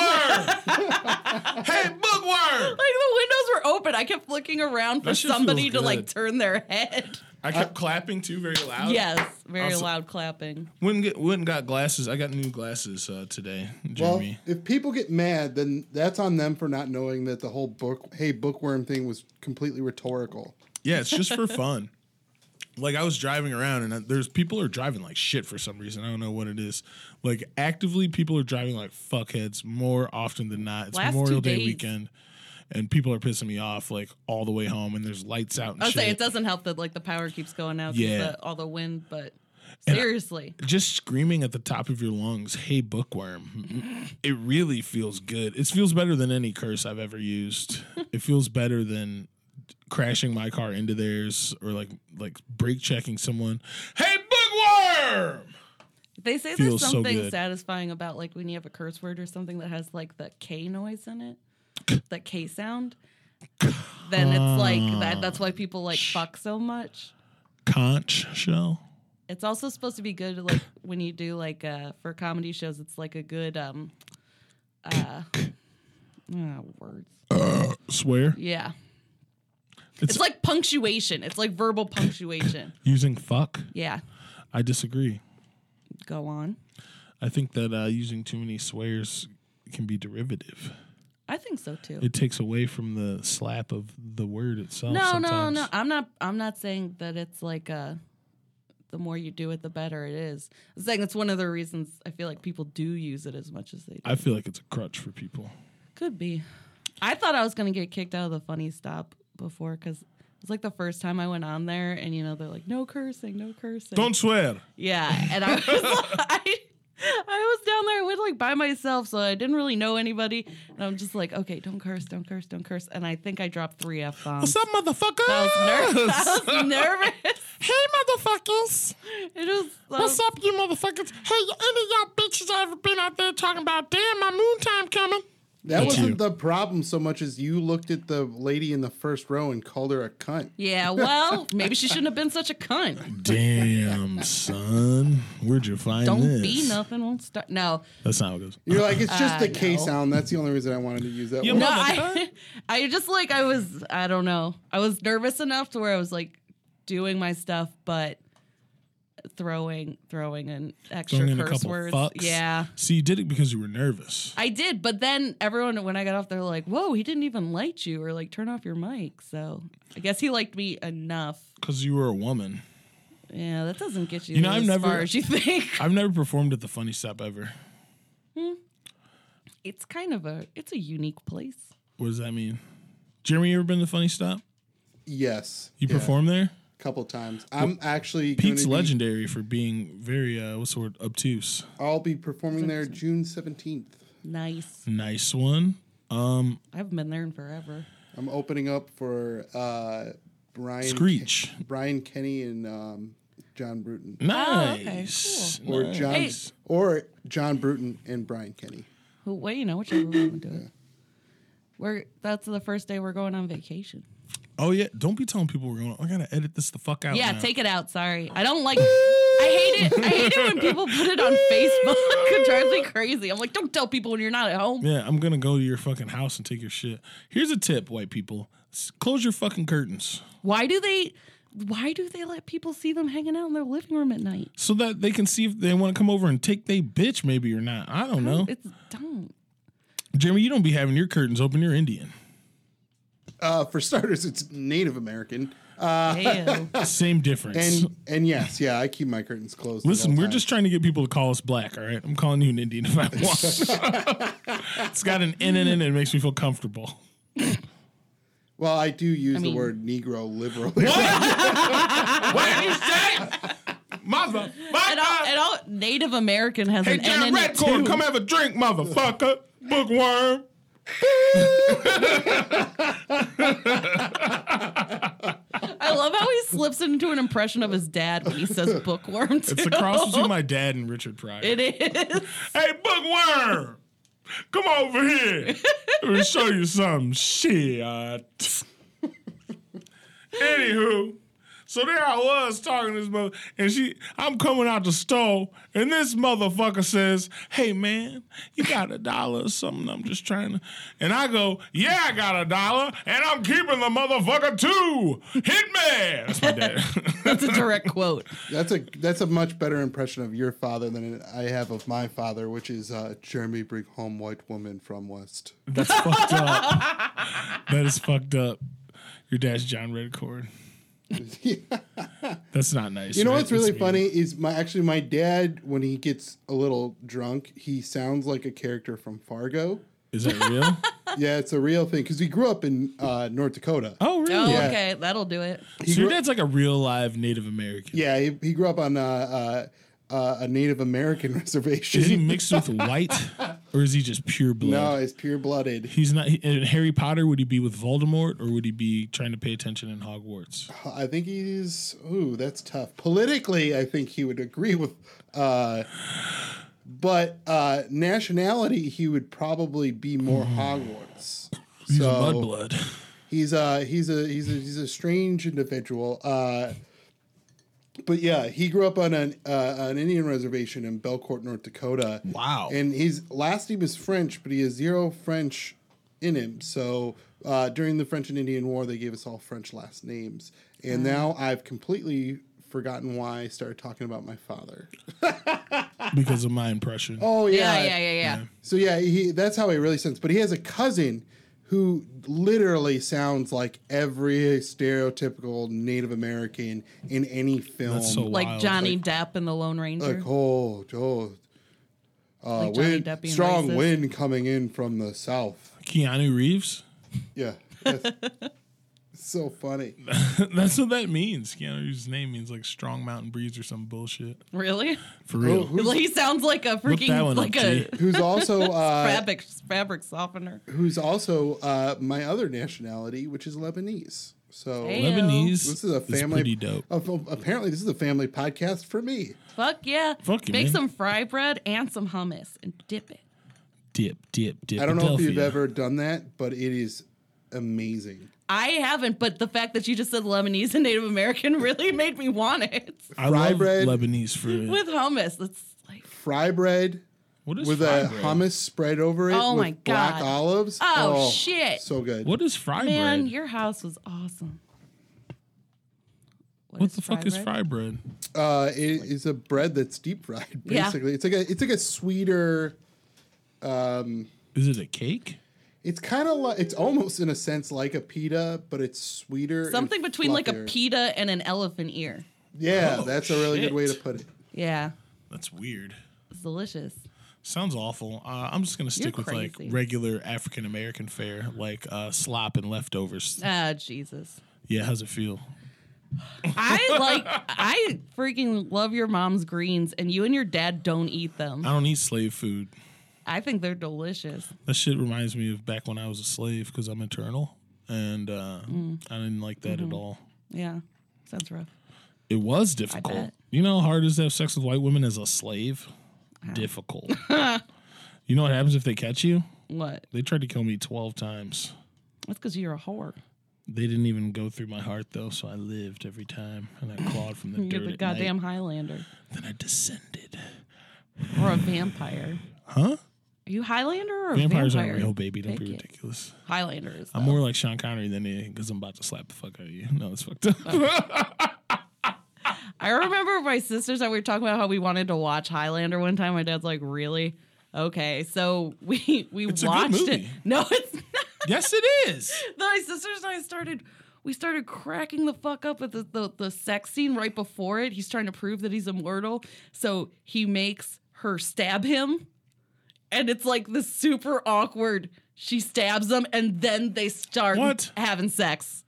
Speaker 2: hey, bookworm.
Speaker 3: the windows were open. I kept looking around for
Speaker 2: That shit
Speaker 3: somebody
Speaker 2: feels
Speaker 3: to like
Speaker 2: good.
Speaker 3: turn their head.
Speaker 2: I kept clapping too, very loud.
Speaker 3: yes, very
Speaker 2: also-
Speaker 3: loud clapping.
Speaker 2: Went and, get, went and got glasses. I got new glasses uh, today,
Speaker 4: Well,
Speaker 2: Jeremy.
Speaker 4: if people get mad, then that's on them for not knowing that the whole book, hey, bookworm thing was completely rhetorical.
Speaker 2: yeah, it's just for fun. like I was driving around and uh, there's people are driving like shit for some reason. I don't know what it is. Like actively, people are driving like fuckheads more often than not. It's
Speaker 3: Last two
Speaker 2: Memorial Day
Speaker 3: days.
Speaker 2: weekend, and people are pissing me off like all the way home. And there's lights out. And
Speaker 3: I was
Speaker 2: shit.
Speaker 3: saying it doesn't help that like the power keeps going out. 'cause
Speaker 2: Yeah.
Speaker 3: the- all the wind, but
Speaker 2: And I-
Speaker 3: seriously,
Speaker 2: just screaming at the top of your lungs, "Hey bookworm!" It really feels good. It feels better than any curse I've ever
Speaker 3: *laughs*
Speaker 2: used. it feels better than crashing my car into theirs or like like brake checking someone. Hey bookworm!
Speaker 3: they say
Speaker 2: Feels
Speaker 3: there's
Speaker 2: so
Speaker 3: something
Speaker 2: good.
Speaker 3: satisfying about like when you have a curse word or something that has like the K noise in it, the K sound. Then it's like that. That's why people like fuck so much.
Speaker 2: Conch shell.
Speaker 3: It's also supposed to be good, like when you do like uh, for comedy shows. It's like a good um, uh, *coughs* ah, words.
Speaker 2: Swear
Speaker 3: Yeah,
Speaker 2: It's-
Speaker 3: it's, like punctuation. It's like verbal punctuation.
Speaker 2: using fuck.
Speaker 3: Yeah,
Speaker 2: I disagree.
Speaker 3: go on.
Speaker 2: I think that uh, using too many swears can be derivative.
Speaker 3: I think so too.
Speaker 2: It takes away from the slap of the word itself.
Speaker 3: no,
Speaker 2: sometimes.
Speaker 3: no, no. I'm not. I'm not saying that it's like uh The more you do it, the better it is. I'm saying it's one of the reasons I feel like people do use it as much as they do.
Speaker 2: I feel like it's a crutch for people.
Speaker 3: Could be. I thought I was gonna get kicked out of the funny stop before because it's like the first time I went on there, and you know they're like, "No cursing, no cursing."
Speaker 2: swear.
Speaker 3: Yeah, and I was *laughs* I, I was down there with like by myself, so I didn't really know anybody, and I'm just like, "Okay, don't curse, don't curse, don't curse," and I think I dropped three f bombs.
Speaker 2: up, motherfuckers?
Speaker 3: I was nervous. I was *laughs* nervous.
Speaker 2: hey, motherfuckers.
Speaker 3: It was.
Speaker 2: What's up, you motherfuckers? Hey, any of y'all bitches ever been out there talking about, damn, my moon time coming?
Speaker 4: That
Speaker 2: That's
Speaker 4: wasn't
Speaker 2: you.
Speaker 4: the problem so much as you looked at the lady in the first row and called her a cunt.
Speaker 3: Yeah, well, maybe she shouldn't have been such a cunt.
Speaker 2: Damn, son. Where'd you find
Speaker 3: Don't
Speaker 2: this?
Speaker 3: be nothing. Won't start. No,
Speaker 2: That's not how it goes.
Speaker 4: You're like, it's just
Speaker 3: Uh,
Speaker 4: the K
Speaker 3: no.
Speaker 4: sound. That's the only reason I wanted to use that
Speaker 2: Yeah,
Speaker 4: one.
Speaker 3: No,
Speaker 2: Motherfucker.
Speaker 3: I, *laughs* I just like I was I don't know. I was nervous enough to where I was like doing my stuff, but throwing throwing an extra
Speaker 2: Throwing in a
Speaker 3: curse
Speaker 2: couple
Speaker 3: words.
Speaker 2: fucks.
Speaker 3: Yeah.
Speaker 2: See, you did it because you were nervous.
Speaker 3: I did, but then everyone when I got off they're like, Whoa, he didn't even light you or like turn off your mic. So I guess he liked me enough.
Speaker 2: Because you were a woman.
Speaker 3: Yeah, that doesn't get you,
Speaker 2: You know,
Speaker 3: as
Speaker 2: I've never-
Speaker 3: far as you *laughs* think.
Speaker 2: I've never performed at the Funny Stop ever.
Speaker 3: It's kind of a it's a unique place.
Speaker 2: What does that mean? Jeremy, you ever been to the Funny Stop?
Speaker 4: Yes.
Speaker 2: You
Speaker 4: Yeah,
Speaker 2: performed there?
Speaker 4: a couple times. I'm actually gonna
Speaker 2: Pete's
Speaker 4: be-
Speaker 2: legendary for being very, uh, what's the word, obtuse.
Speaker 4: I'll be performing there June 17th.
Speaker 3: Nice.
Speaker 2: Nice one. Um,
Speaker 3: I haven't been there in forever.
Speaker 4: I'm opening up for uh, Brian
Speaker 2: Screech.
Speaker 4: Brian Kenny and um, John Bruton.
Speaker 2: Oh, Nice.
Speaker 4: Or
Speaker 2: Nice.
Speaker 4: John
Speaker 3: Hey.
Speaker 4: or John Bruton and Brian Kenny.
Speaker 3: Who? Well, you know, whichever
Speaker 2: *laughs*
Speaker 3: one would do it. We're that's the first day we're going on vacation.
Speaker 2: Oh yeah, don't be telling people we're going. I gotta edit this the fuck out.
Speaker 3: yeah,
Speaker 2: now.
Speaker 3: take it out. Sorry, I don't like. I hate it. I hate it when people put it on Facebook. *laughs* It drives me crazy. I'm like, don't tell people when you're not at home.
Speaker 2: Yeah, I'm gonna go to your fucking house and take your shit. Here's a tip, white people: S- close your fucking curtains
Speaker 3: Why do they? Why do they let people see them hanging out in their living room at night?
Speaker 2: so that they can see if they want to come over and take they bitch maybe or not. I don't know.
Speaker 3: It's dumb.
Speaker 2: Jeremy, you don't be having your curtains open. You're Indian.
Speaker 4: Uh, for starters, it's Native American.
Speaker 2: Uh, *laughs*
Speaker 3: Ew.
Speaker 2: Same difference.
Speaker 4: And and yes, yeah, I keep my curtains closed. at
Speaker 2: Listen,
Speaker 4: all
Speaker 2: we're
Speaker 4: times.
Speaker 2: just trying to get people to call us black. All right, I'm calling you an Indian if I want. it's got an N in it. and It makes me feel comfortable.
Speaker 4: Well, I do use
Speaker 3: mean-
Speaker 4: the word Negro liberally.
Speaker 2: What you say? Motherfucker.
Speaker 3: and, all, and all Native American has an N in it too.
Speaker 2: have a drink, motherfucker. Bookworm.
Speaker 3: I love how he slips into an impression of his dad when he says bookworm. Too.
Speaker 2: It's a cross between my dad and Richard Pryor.
Speaker 3: *laughs* It is.
Speaker 2: hey, bookworm, come over
Speaker 3: *laughs*
Speaker 2: here. Let me show you some shit. Anywho, so there I was talking to this mother, and she, I'm coming out the store, and this motherfucker says, "Hey man, you got a dollar or something? I'm just trying to," and I go, "Yeah, I got a dollar, and I'm keeping the motherfucker too. Hit me." That's my dad. *laughs*
Speaker 3: That's a direct quote.
Speaker 4: *laughs* That's a that's a much better impression of your father than I have of my father, which is uh, Jeremy bring home white woman from West. *laughs*
Speaker 2: That's fucked up. That is fucked up. Your dad's John Redcord. That's not nice.
Speaker 4: You know
Speaker 2: right?
Speaker 4: what's really
Speaker 2: That's
Speaker 4: funny is my actually my dad when he gets a little drunk, he sounds like a character from
Speaker 3: *laughs*
Speaker 4: Fargo.
Speaker 2: mean. Is that
Speaker 4: *laughs*
Speaker 2: real?
Speaker 4: Yeah, it's a real thing because he grew up in uh, North Dakota.
Speaker 2: oh, really?
Speaker 3: Oh,
Speaker 4: Yeah.
Speaker 3: okay, that'll do it.
Speaker 4: He
Speaker 2: so your
Speaker 4: grew-
Speaker 2: dad's like a real live Native American.
Speaker 4: Yeah, he, he grew up on uh, uh, uh, a Native American *laughs* reservation.
Speaker 2: Is he mixed with white, or is he just pure blood?
Speaker 4: *laughs* no, it's pure blooded.
Speaker 2: He's not. In Harry Potter, would he be with Voldemort, or would he be trying to pay attention in Hogwarts?
Speaker 4: I think he's. Ooh, that's tough. Politically, I think he would agree with. Uh, but uh, nationality, he would probably be more Hogwarts.
Speaker 2: Hmm. He's
Speaker 4: so
Speaker 2: mudblood.
Speaker 4: he's a he's a he's a he's a strange individual. Uh, but yeah, he grew up on an uh, an Indian reservation in Belcourt, North Dakota.
Speaker 2: Wow.
Speaker 4: And his last name is French, but he has zero French in him. So uh, during the French and Indian War, they gave us all French last names. And now I've completely forgotten why I started talking about my father.
Speaker 2: *laughs* because of my impression.
Speaker 4: Oh
Speaker 3: Yeah, yeah, yeah, yeah.
Speaker 4: So yeah, he that's how he really sounds. But he has a cousin who literally sounds like every stereotypical Native American in any film.
Speaker 2: That's so
Speaker 3: Like
Speaker 2: wild.
Speaker 3: Johnny Depp in The Lone Ranger.
Speaker 4: like oh, oh, uh,
Speaker 3: Like Johnny
Speaker 4: wind,
Speaker 3: Depp being
Speaker 4: strong
Speaker 3: racist.
Speaker 4: wind coming in from the south.
Speaker 2: Keanu Reeves. *laughs*
Speaker 4: Yeah,
Speaker 3: *laughs*
Speaker 4: that's
Speaker 2: *laughs*
Speaker 4: so funny.
Speaker 2: That's what that means. Keanu Reeves' name means like strong mountain breeze or some bullshit. *laughs*
Speaker 3: Really? *laughs*
Speaker 2: For real.
Speaker 4: Oh, who's,
Speaker 3: He sounds like a
Speaker 2: Look that
Speaker 3: freaking
Speaker 2: one
Speaker 3: like
Speaker 2: up,
Speaker 3: a
Speaker 2: G.
Speaker 4: who's also
Speaker 3: *laughs*
Speaker 4: uh,
Speaker 3: fabric fabric softener.
Speaker 4: who's also uh, my other nationality, which is Lebanese. So
Speaker 3: Hey.
Speaker 2: Lebanese.
Speaker 4: this is a family.
Speaker 2: pretty dope.
Speaker 4: uh, apparently, this is a family podcast for me.
Speaker 3: Fuck yeah!
Speaker 2: Fuck you,
Speaker 3: Make
Speaker 2: man.
Speaker 3: some fry bread and some hummus and dip it.
Speaker 2: Dip, dip, dip.
Speaker 4: I don't know if you've
Speaker 2: Philadelphia.
Speaker 4: ever done that, but it is amazing.
Speaker 3: I haven't, but the fact that you just said Lebanese and Native American *laughs* really made me want it *laughs*
Speaker 2: I
Speaker 4: Fry
Speaker 2: love
Speaker 4: bread.
Speaker 2: Lebanese food.
Speaker 3: with hummus. That's like
Speaker 4: Fry bread
Speaker 2: what is
Speaker 4: with
Speaker 2: fry
Speaker 4: a
Speaker 2: bread?
Speaker 4: hummus spread over it.
Speaker 3: Oh
Speaker 4: with
Speaker 3: my
Speaker 4: Black
Speaker 3: God.
Speaker 4: olives.
Speaker 3: Oh, shit.
Speaker 4: So good.
Speaker 2: What is fry
Speaker 3: man,
Speaker 2: bread?
Speaker 3: your house was awesome.
Speaker 2: What the fuck is fry bread?
Speaker 4: Uh, it is a bread that's deep fried.
Speaker 3: Yeah.
Speaker 4: Basically, it's like a it's like a sweeter.
Speaker 2: Is it a cake?
Speaker 4: It's kind of like it's almost in a sense like a pita, but it's sweeter. and
Speaker 3: Something between like a
Speaker 4: fluffier.
Speaker 3: pita and an elephant ear.
Speaker 4: Yeah,
Speaker 2: Oh,
Speaker 4: that's a really good way to
Speaker 2: shit.
Speaker 4: put it.
Speaker 3: Yeah,
Speaker 2: That's weird.
Speaker 3: it's delicious.
Speaker 2: Sounds awful. Uh, I'm just gonna stick with
Speaker 3: crazy.
Speaker 2: like regular African American fare, like uh, slop and leftovers.
Speaker 3: Ah, Jesus.
Speaker 2: Yeah, how's it feel?
Speaker 3: I like I freaking love your mom's greens and you and your dad don't eat them.
Speaker 2: I don't eat slave food.
Speaker 3: I think they're delicious.
Speaker 2: That shit reminds me of back when I was a slave because I'm eternal, and uh,
Speaker 3: Mm.
Speaker 2: I didn't like
Speaker 3: Mm-hmm.
Speaker 2: that at all.
Speaker 3: Yeah. Sounds rough.
Speaker 2: It was difficult.
Speaker 3: bet.
Speaker 2: You know how hard it is to have sex with white women as a slave?
Speaker 3: *laughs*
Speaker 2: Difficult. you know what happens if they catch you?
Speaker 3: What?
Speaker 2: They tried to kill me 12 times.
Speaker 3: That's because you're a whore.
Speaker 2: They didn't even go through my heart, though, so I lived every time. And I clawed from
Speaker 3: *laughs*
Speaker 2: the
Speaker 3: You're
Speaker 2: dirt.
Speaker 3: the
Speaker 2: at
Speaker 3: goddamn
Speaker 2: night.
Speaker 3: Highlander.
Speaker 2: Then I descended.
Speaker 3: Or a vampire.
Speaker 2: Huh?
Speaker 3: Are you Highlander or a
Speaker 2: Vampires
Speaker 3: vampire?
Speaker 2: aren't real, baby. Don't
Speaker 3: Take
Speaker 2: be
Speaker 3: it.
Speaker 2: ridiculous.
Speaker 3: Highlander is.
Speaker 2: I'm more like Sean Connery than anything because I'm about to slap the fuck out of you. No, it's
Speaker 3: *laughs*
Speaker 2: fucked up. *laughs*
Speaker 3: I remember my sisters and we were talking about how we wanted to watch Highlander one time. My dad's like, really? Okay. So we we
Speaker 2: It's a good
Speaker 3: watched it.
Speaker 2: movie.
Speaker 3: No, it's not.
Speaker 2: yes, it is.
Speaker 3: Then my sisters and I started. We started cracking the fuck up at the, the the sex scene right before it. He's trying to prove that he's immortal, so he makes her stab him, and it's like this super awkward. She stabs him, and then they start
Speaker 2: What?
Speaker 3: having sex.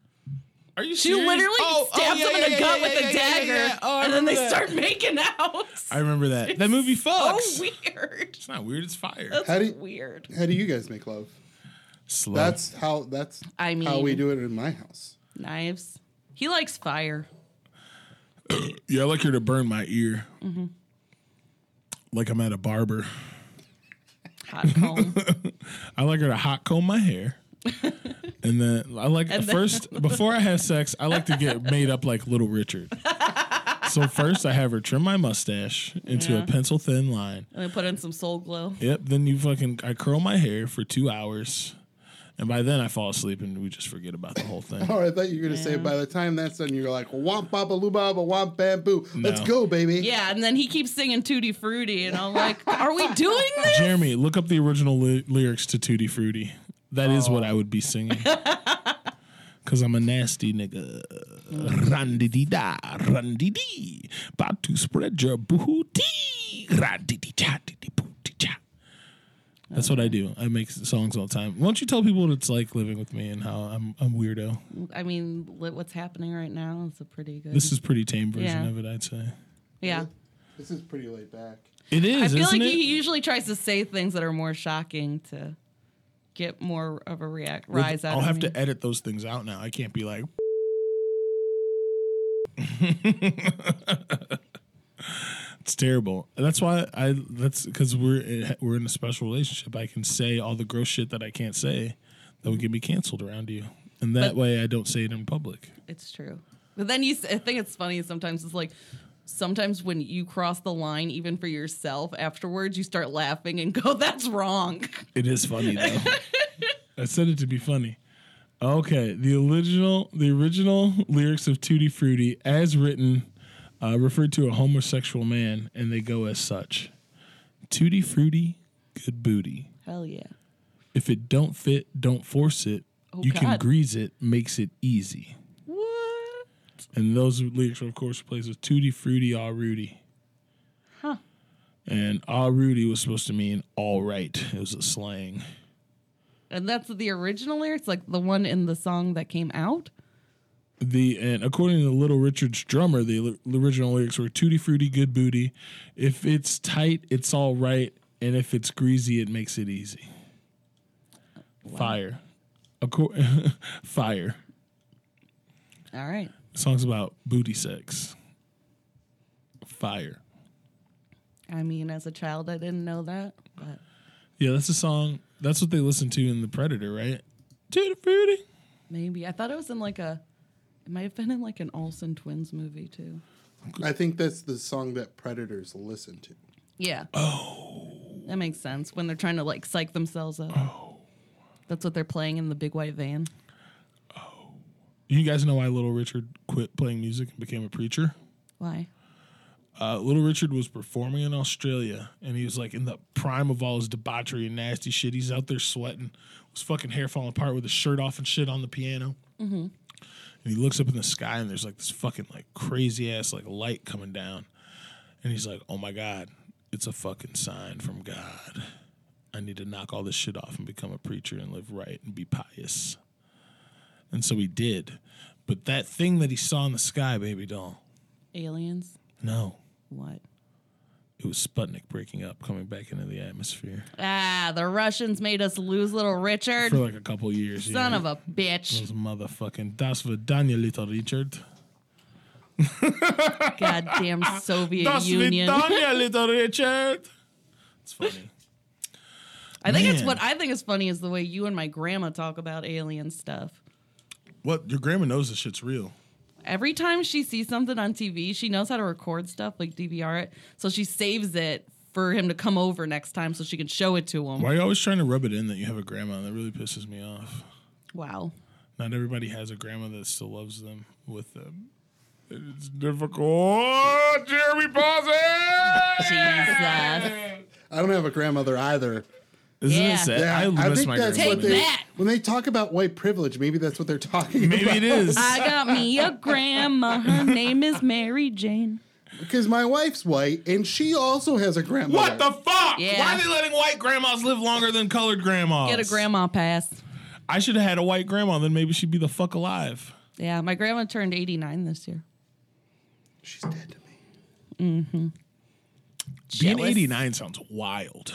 Speaker 2: Are you
Speaker 3: She
Speaker 2: serious?
Speaker 3: literally
Speaker 2: Oh, oh,
Speaker 3: stabs
Speaker 2: yeah,
Speaker 3: him in the
Speaker 2: yeah,
Speaker 3: gut
Speaker 2: yeah,
Speaker 3: with
Speaker 2: yeah,
Speaker 3: a
Speaker 2: yeah, yeah,
Speaker 3: dagger,
Speaker 2: yeah, yeah. Oh, I
Speaker 3: and then they
Speaker 2: remember that.
Speaker 3: start making out.
Speaker 2: I remember that. That movie
Speaker 3: *laughs* Oh,
Speaker 2: fucks.
Speaker 3: weird.
Speaker 2: it's not weird. It's fire.
Speaker 3: That's
Speaker 4: How do you-
Speaker 3: weird.
Speaker 4: How do you guys make love?
Speaker 2: Slow.
Speaker 4: That's how that's
Speaker 3: I
Speaker 4: how we
Speaker 3: mean-
Speaker 4: do it in my house.
Speaker 3: Knives. He likes fire.
Speaker 2: Yeah, I like her to burn my ear.
Speaker 3: Mm-hmm.
Speaker 2: Like I'm at a barber. *laughs*
Speaker 3: Hot comb.
Speaker 2: I like her to hot comb my
Speaker 3: *laughs*
Speaker 2: hair. and then I like
Speaker 3: And then-
Speaker 2: first before I have sex, I like to get made up like little
Speaker 3: *laughs*
Speaker 2: Richard. so first I have her trim my mustache into a pencil thin line.
Speaker 3: and I put in some soul glow.
Speaker 2: Yep, then you fucking I curl my hair for 2 hours. And by then I fall asleep and we just forget about the whole thing.
Speaker 4: *laughs* Oh, I thought you were gonna say by the time that's done, you're like womp baba loo baba womp bam boo. Let's
Speaker 2: No.
Speaker 4: go, baby.
Speaker 3: Yeah, and then he keeps singing Tutti Frutti, and I'm like, are *laughs* we doing this?
Speaker 2: Jeremy, look up the
Speaker 3: *laughs*
Speaker 2: original ly- lyrics to Tutti Frutti. That is what I would be singing. Cause I'm a nasty nigga. Run-di-di-da, run-di-di. About to spread your booty. Run-di-di-cha-di-di-booty-cha. That's what I do. I make songs all the time. Why don't you tell people what it's like living with me and how I'm I'm weirdo?
Speaker 3: I mean, li- what's happening right now is a pretty good.
Speaker 2: This is pretty tame version
Speaker 3: Yeah.
Speaker 2: of it, I'd say.
Speaker 3: yeah.
Speaker 4: This is pretty laid back.
Speaker 2: It is.
Speaker 3: I feel
Speaker 2: isn't
Speaker 3: like
Speaker 2: it?
Speaker 3: he usually tries to say things that are more shocking to get more of a react
Speaker 2: We'll-
Speaker 3: rise out.
Speaker 2: I'll
Speaker 3: of
Speaker 2: have
Speaker 3: me.
Speaker 2: to edit those things out now. I can't be like. *laughs* it's terrible. That's why I. That's because we're we're in a special relationship. I can say all the gross shit that I can't say that would get me canceled around you, and that
Speaker 3: But-
Speaker 2: way I don't say it in public.
Speaker 3: It's true. But then you, s- I think it's funny sometimes. It's like sometimes when you cross the line, even for yourself, afterwards you start laughing and *laughs* go, "That's wrong."
Speaker 2: It is funny
Speaker 3: *laughs*
Speaker 2: though. I said it to be funny. Okay, the original the original lyrics of Tutti Frutti, as written, uh, referred to a homosexual man, and they go as such: Tutti Frutti, good booty.
Speaker 3: Hell yeah.
Speaker 2: If it don't fit, don't force it.
Speaker 3: Oh,
Speaker 2: you can
Speaker 3: God.
Speaker 2: grease it, makes it easy.
Speaker 3: What?
Speaker 2: And those lyrics were, of course, replaced with Tutti Frutti, all Rudy.
Speaker 3: Huh.
Speaker 2: And all Rudy was supposed to mean all right. It was a slang.
Speaker 3: And that's the original lyrics, like the one in the song that came out.
Speaker 2: The and according to Little Richard's drummer, the l- original lyrics were "Tutti frutti, good booty. If it's tight, it's all right, and if it's greasy, it makes it easy." Fire, Acco- *laughs* fire.
Speaker 3: All right.
Speaker 2: The song's about booty sex. Fire.
Speaker 3: I mean, as a child, I didn't know that, but
Speaker 2: Yeah, that's a song. That's what they listen to in The Predator, right? Tutti frutti.
Speaker 3: maybe I thought it was in like a. It might have been in like an Olsen Twins movie too.
Speaker 4: I think that's the song that predators listen to.
Speaker 3: Yeah. Oh. That makes sense when they're trying to like psych themselves up.
Speaker 2: Oh.
Speaker 3: That's what they're playing in the big white van.
Speaker 2: You guys know why Little Richard quit playing music and became a preacher?
Speaker 3: Why?
Speaker 2: uh, Little Richard was performing in Australia, and he was like in the prime of all his debauchery and nasty shit. He's out there sweating, his fucking hair falling apart with his shirt off and shit on the piano. And he looks up in the sky, and there's like this fucking like crazy ass like light coming down, and he's like, "Oh my god, it's a fucking sign from God. I need to knock all this shit off and become a preacher and live right and be pious." And so he did, but that thing that he saw in the sky, baby doll,
Speaker 3: Aliens?
Speaker 2: no,
Speaker 3: What?
Speaker 2: it was Sputnik breaking up, coming back into the
Speaker 3: *laughs*
Speaker 2: atmosphere
Speaker 3: Ah, the Russians made us lose little Richard.
Speaker 2: for like a couple years.
Speaker 3: Son
Speaker 2: yeah.
Speaker 3: of a bitch.
Speaker 2: Those motherfucking das vidania, little Richard. *laughs*
Speaker 3: Goddamn Soviet
Speaker 2: Das
Speaker 3: Union.
Speaker 2: vidania, little Richard. It's funny.
Speaker 3: I think it's
Speaker 2: Man.
Speaker 3: what I think is funny is the way you and my grandma talk about alien stuff.
Speaker 2: What your grandma knows this shit's real.
Speaker 3: Every time she sees something on TV, she knows how to record stuff, like DVR it. So she saves it for him to come over next time so she can show it to him.
Speaker 2: Why are you always trying to rub it in that you have a grandma? That really pisses me off.
Speaker 3: Wow.
Speaker 2: Not everybody has a grandma that still loves them with them. It's difficult. Jeremy Paulson.
Speaker 3: Jesus.
Speaker 4: I don't have a grandmother either.
Speaker 2: Isn't
Speaker 3: Yeah.
Speaker 2: it sad? I miss my grandma.
Speaker 3: what
Speaker 4: they
Speaker 3: that.
Speaker 4: when they talk about white privilege. Maybe that's what they're *laughs* talking
Speaker 2: Maybe
Speaker 4: about.
Speaker 2: it is.
Speaker 3: I got me a grandma. Her name is Mary Jane.
Speaker 4: Because my wife's white and she also has a grandmother.
Speaker 2: What the fuck?
Speaker 3: Yeah.
Speaker 2: Why are they letting white grandmas live longer than colored grandmas?
Speaker 3: Get a grandma pass.
Speaker 2: I should have had a white grandma, then maybe she'd be the fuck alive.
Speaker 3: Yeah, my grandma turned 89 this year.
Speaker 4: She's dead to me.
Speaker 2: Being
Speaker 3: Jealous.
Speaker 2: 89 sounds wild.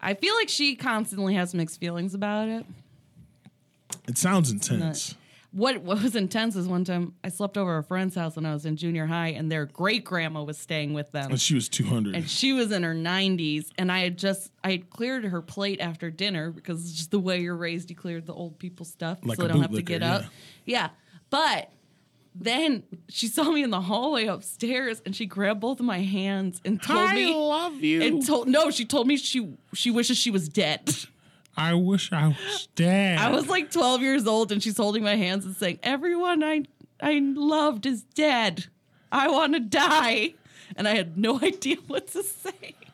Speaker 3: I feel like she constantly has mixed feelings about it.
Speaker 2: It sounds intense.
Speaker 3: What what was intense is one time I slept over at a friend's house when I was in junior high, and their great grandma was staying with them.
Speaker 2: And she was 200.
Speaker 3: and she was in her 90s and i had just i had cleared her plate after dinner because it's just the way you're raised you cleared the old people stuff
Speaker 2: Like
Speaker 3: so
Speaker 2: a
Speaker 3: they don't have to
Speaker 2: bootlicker,
Speaker 3: get up yeah but then she saw me in the hallway upstairs and she grabbed both of my hands and told
Speaker 2: I
Speaker 3: me
Speaker 2: love you.
Speaker 3: and told no she told me she she wishes she was dead *laughs*
Speaker 2: I wish I was dead.
Speaker 3: i was like 12 years old and she's holding my hands and saying everyone i i loved is *laughs* dead i want to die and i had no idea what to say *laughs*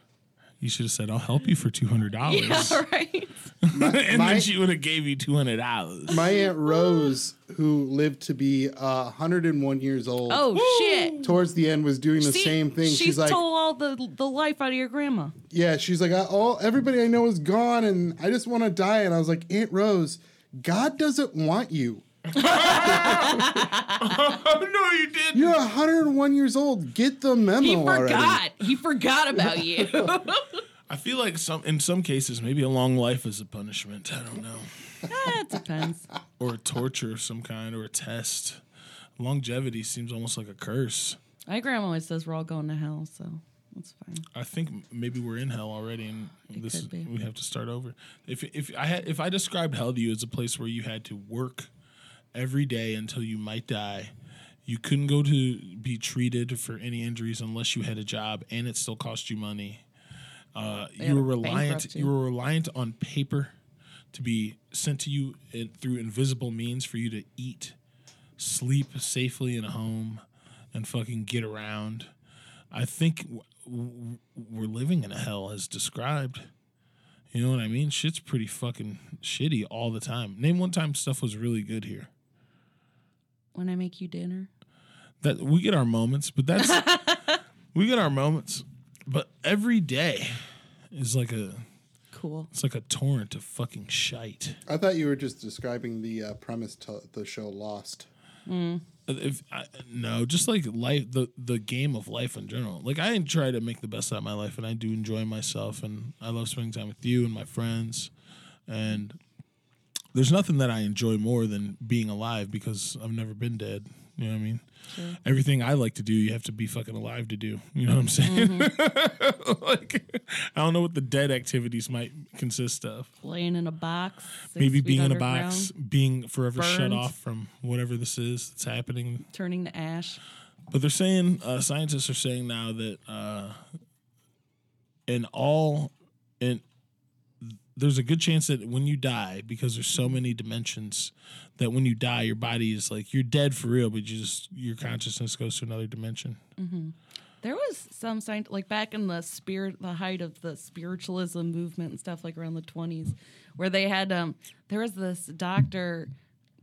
Speaker 2: You should have said, "I'll help you for two hundred
Speaker 3: Yeah,
Speaker 2: dollars,"
Speaker 3: right.
Speaker 2: *laughs* and
Speaker 4: my-
Speaker 2: then she would have gave you two hundred dollars.
Speaker 4: My aunt Rose, who lived to be uh, 101 years old,
Speaker 3: Oh shit.
Speaker 4: towards the end was doing the
Speaker 3: See,
Speaker 4: same thing.
Speaker 3: She
Speaker 4: She's like,
Speaker 3: stole all the the life out of your
Speaker 4: *laughs*
Speaker 3: grandma.
Speaker 4: yeah, she's like, I, all everybody I know is gone, and I just want to die. And I was like, Aunt Rose, God doesn't want you.
Speaker 2: no, you didn't.
Speaker 4: You're 101 years old. Get the memo
Speaker 3: He
Speaker 4: already.
Speaker 3: forgot. He forgot about
Speaker 4: *laughs*
Speaker 3: you. *laughs*
Speaker 2: I feel like some in some cases maybe a long life is a punishment. I don't know,
Speaker 3: that depends.
Speaker 2: or a torture of some kind, or a test. Longevity seems almost like a curse.
Speaker 3: My grandma always says we're all going to hell, so that's fine.
Speaker 2: I think m- maybe we're in hell already, and this is,
Speaker 3: could be.
Speaker 2: we have to start over. If if I had if I described hell to you as a place where you had to work every day until you might die, you couldn't go to be treated for any injuries unless you had a job, and it still cost you money. Uh, you
Speaker 3: had
Speaker 2: were
Speaker 3: to
Speaker 2: reliant.
Speaker 3: bankrupt you.
Speaker 2: You were reliant on paper to be sent to you in, through invisible means for you to eat, sleep safely in a home, and fucking get around. I think w- w- we're living in a hell as described. You know what I mean? Shit's pretty fucking shitty all the time. Name one time stuff was really good here.
Speaker 3: When I make you dinner,
Speaker 2: That we get our moments, but that's we get our moments. But every day is like a
Speaker 3: cool.
Speaker 2: it's like a torrent of fucking shite.
Speaker 4: I thought you were just describing the uh, premise to the show Lost.
Speaker 2: If I, no, just like life, the the game of life in general. Like I try to make the best out of my life, and I do enjoy myself, and I love spending time with you and my friends. And there's nothing that I enjoy more than being alive because I've never been dead. You know what I mean? Everything I like to do, you have to be fucking alive to do. You know what I'm saying? *laughs*
Speaker 3: Mm-hmm.
Speaker 2: like I don't know what the dead activities might consist of.
Speaker 3: Playing in a box. six
Speaker 2: Maybe
Speaker 3: feet
Speaker 2: being in a
Speaker 3: underground,
Speaker 2: box, being forever shut
Speaker 3: Burned.
Speaker 2: off from whatever this is that's happening.
Speaker 3: turning to ash.
Speaker 2: But they're saying uh, scientists are saying now that uh, in all in there's a good chance that when you die, because there's so many dimensions, that when you die, your body is like you're dead for real, but you just your consciousness goes to another dimension.
Speaker 3: There was some sign, like back in the spirit, the height of the spiritualism movement and stuff, like around the twenties, where they had um, there was this doctor,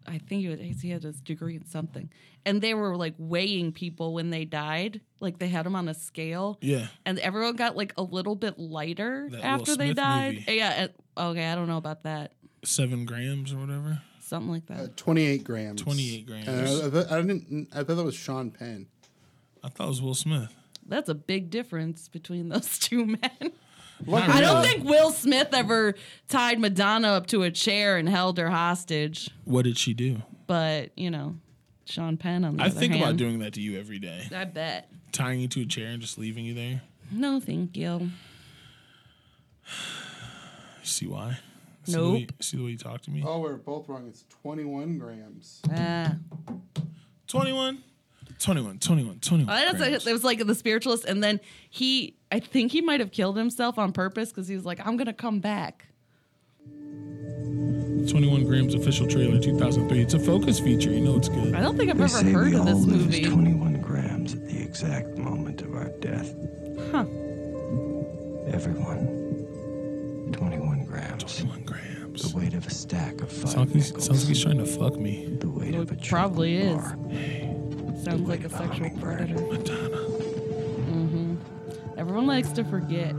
Speaker 3: I think he, was, he had his degree in something, and they were like weighing people when they died, like they had them on a scale,
Speaker 2: Yeah.
Speaker 3: and everyone got like a little bit lighter
Speaker 2: That Will
Speaker 3: after they
Speaker 2: Smith
Speaker 3: died.
Speaker 2: movie.
Speaker 3: Yeah, and- okay, I don't know about that,
Speaker 2: Seven grams or whatever.
Speaker 3: something like
Speaker 4: Uh,
Speaker 3: that.
Speaker 4: 28 grams.
Speaker 2: 28 grams.
Speaker 4: Uh, I, th- I didn't. I thought that was Sean Penn.
Speaker 2: I thought it was Will Smith.
Speaker 3: That's a big difference between those *laughs* two men.
Speaker 2: Not
Speaker 3: I don't
Speaker 2: really.
Speaker 3: think Will Smith ever tied Madonna up to a chair and held her hostage.
Speaker 2: What did she do?
Speaker 3: but you know, Sean Penn on the
Speaker 2: I
Speaker 3: other
Speaker 2: think about
Speaker 3: hand-
Speaker 2: doing that to you every day,
Speaker 3: I bet.
Speaker 2: tying you to a chair and just leaving you there.
Speaker 3: No, thank you.
Speaker 2: See why? See the
Speaker 3: Nope.
Speaker 2: way- see the way you talk to me.
Speaker 4: Oh, we're both wrong. It's 21 grams.
Speaker 3: Ah.
Speaker 2: 21 21 21 21
Speaker 3: Well, that's
Speaker 2: grams.
Speaker 3: it was like the spiritualist, and then he, I think he might have killed himself on purpose because he was like, "I'm gonna come back."
Speaker 2: 21 grams official trailer 2003 it's a focus feature you know it's
Speaker 3: I
Speaker 2: good
Speaker 3: don't think I've
Speaker 7: They
Speaker 3: ever
Speaker 7: say
Speaker 3: heard
Speaker 7: we
Speaker 3: of
Speaker 7: all
Speaker 3: this
Speaker 7: lose
Speaker 3: movie.
Speaker 7: 21 grams at the exact moment of our death.
Speaker 3: Huh.
Speaker 7: Everyone. 21 grams.
Speaker 2: 21 grams
Speaker 7: The weight of a stack of five
Speaker 2: sounds like, he's,
Speaker 7: nickels.
Speaker 2: sounds like he's trying to fuck me
Speaker 7: the weight of a
Speaker 3: It probably
Speaker 7: chocolate
Speaker 3: is.
Speaker 7: bar.
Speaker 3: Sounds like a
Speaker 7: About
Speaker 3: sexual
Speaker 7: hummingbird.
Speaker 3: predator. Mm-hmm.
Speaker 2: madonna
Speaker 3: Everyone likes to forget.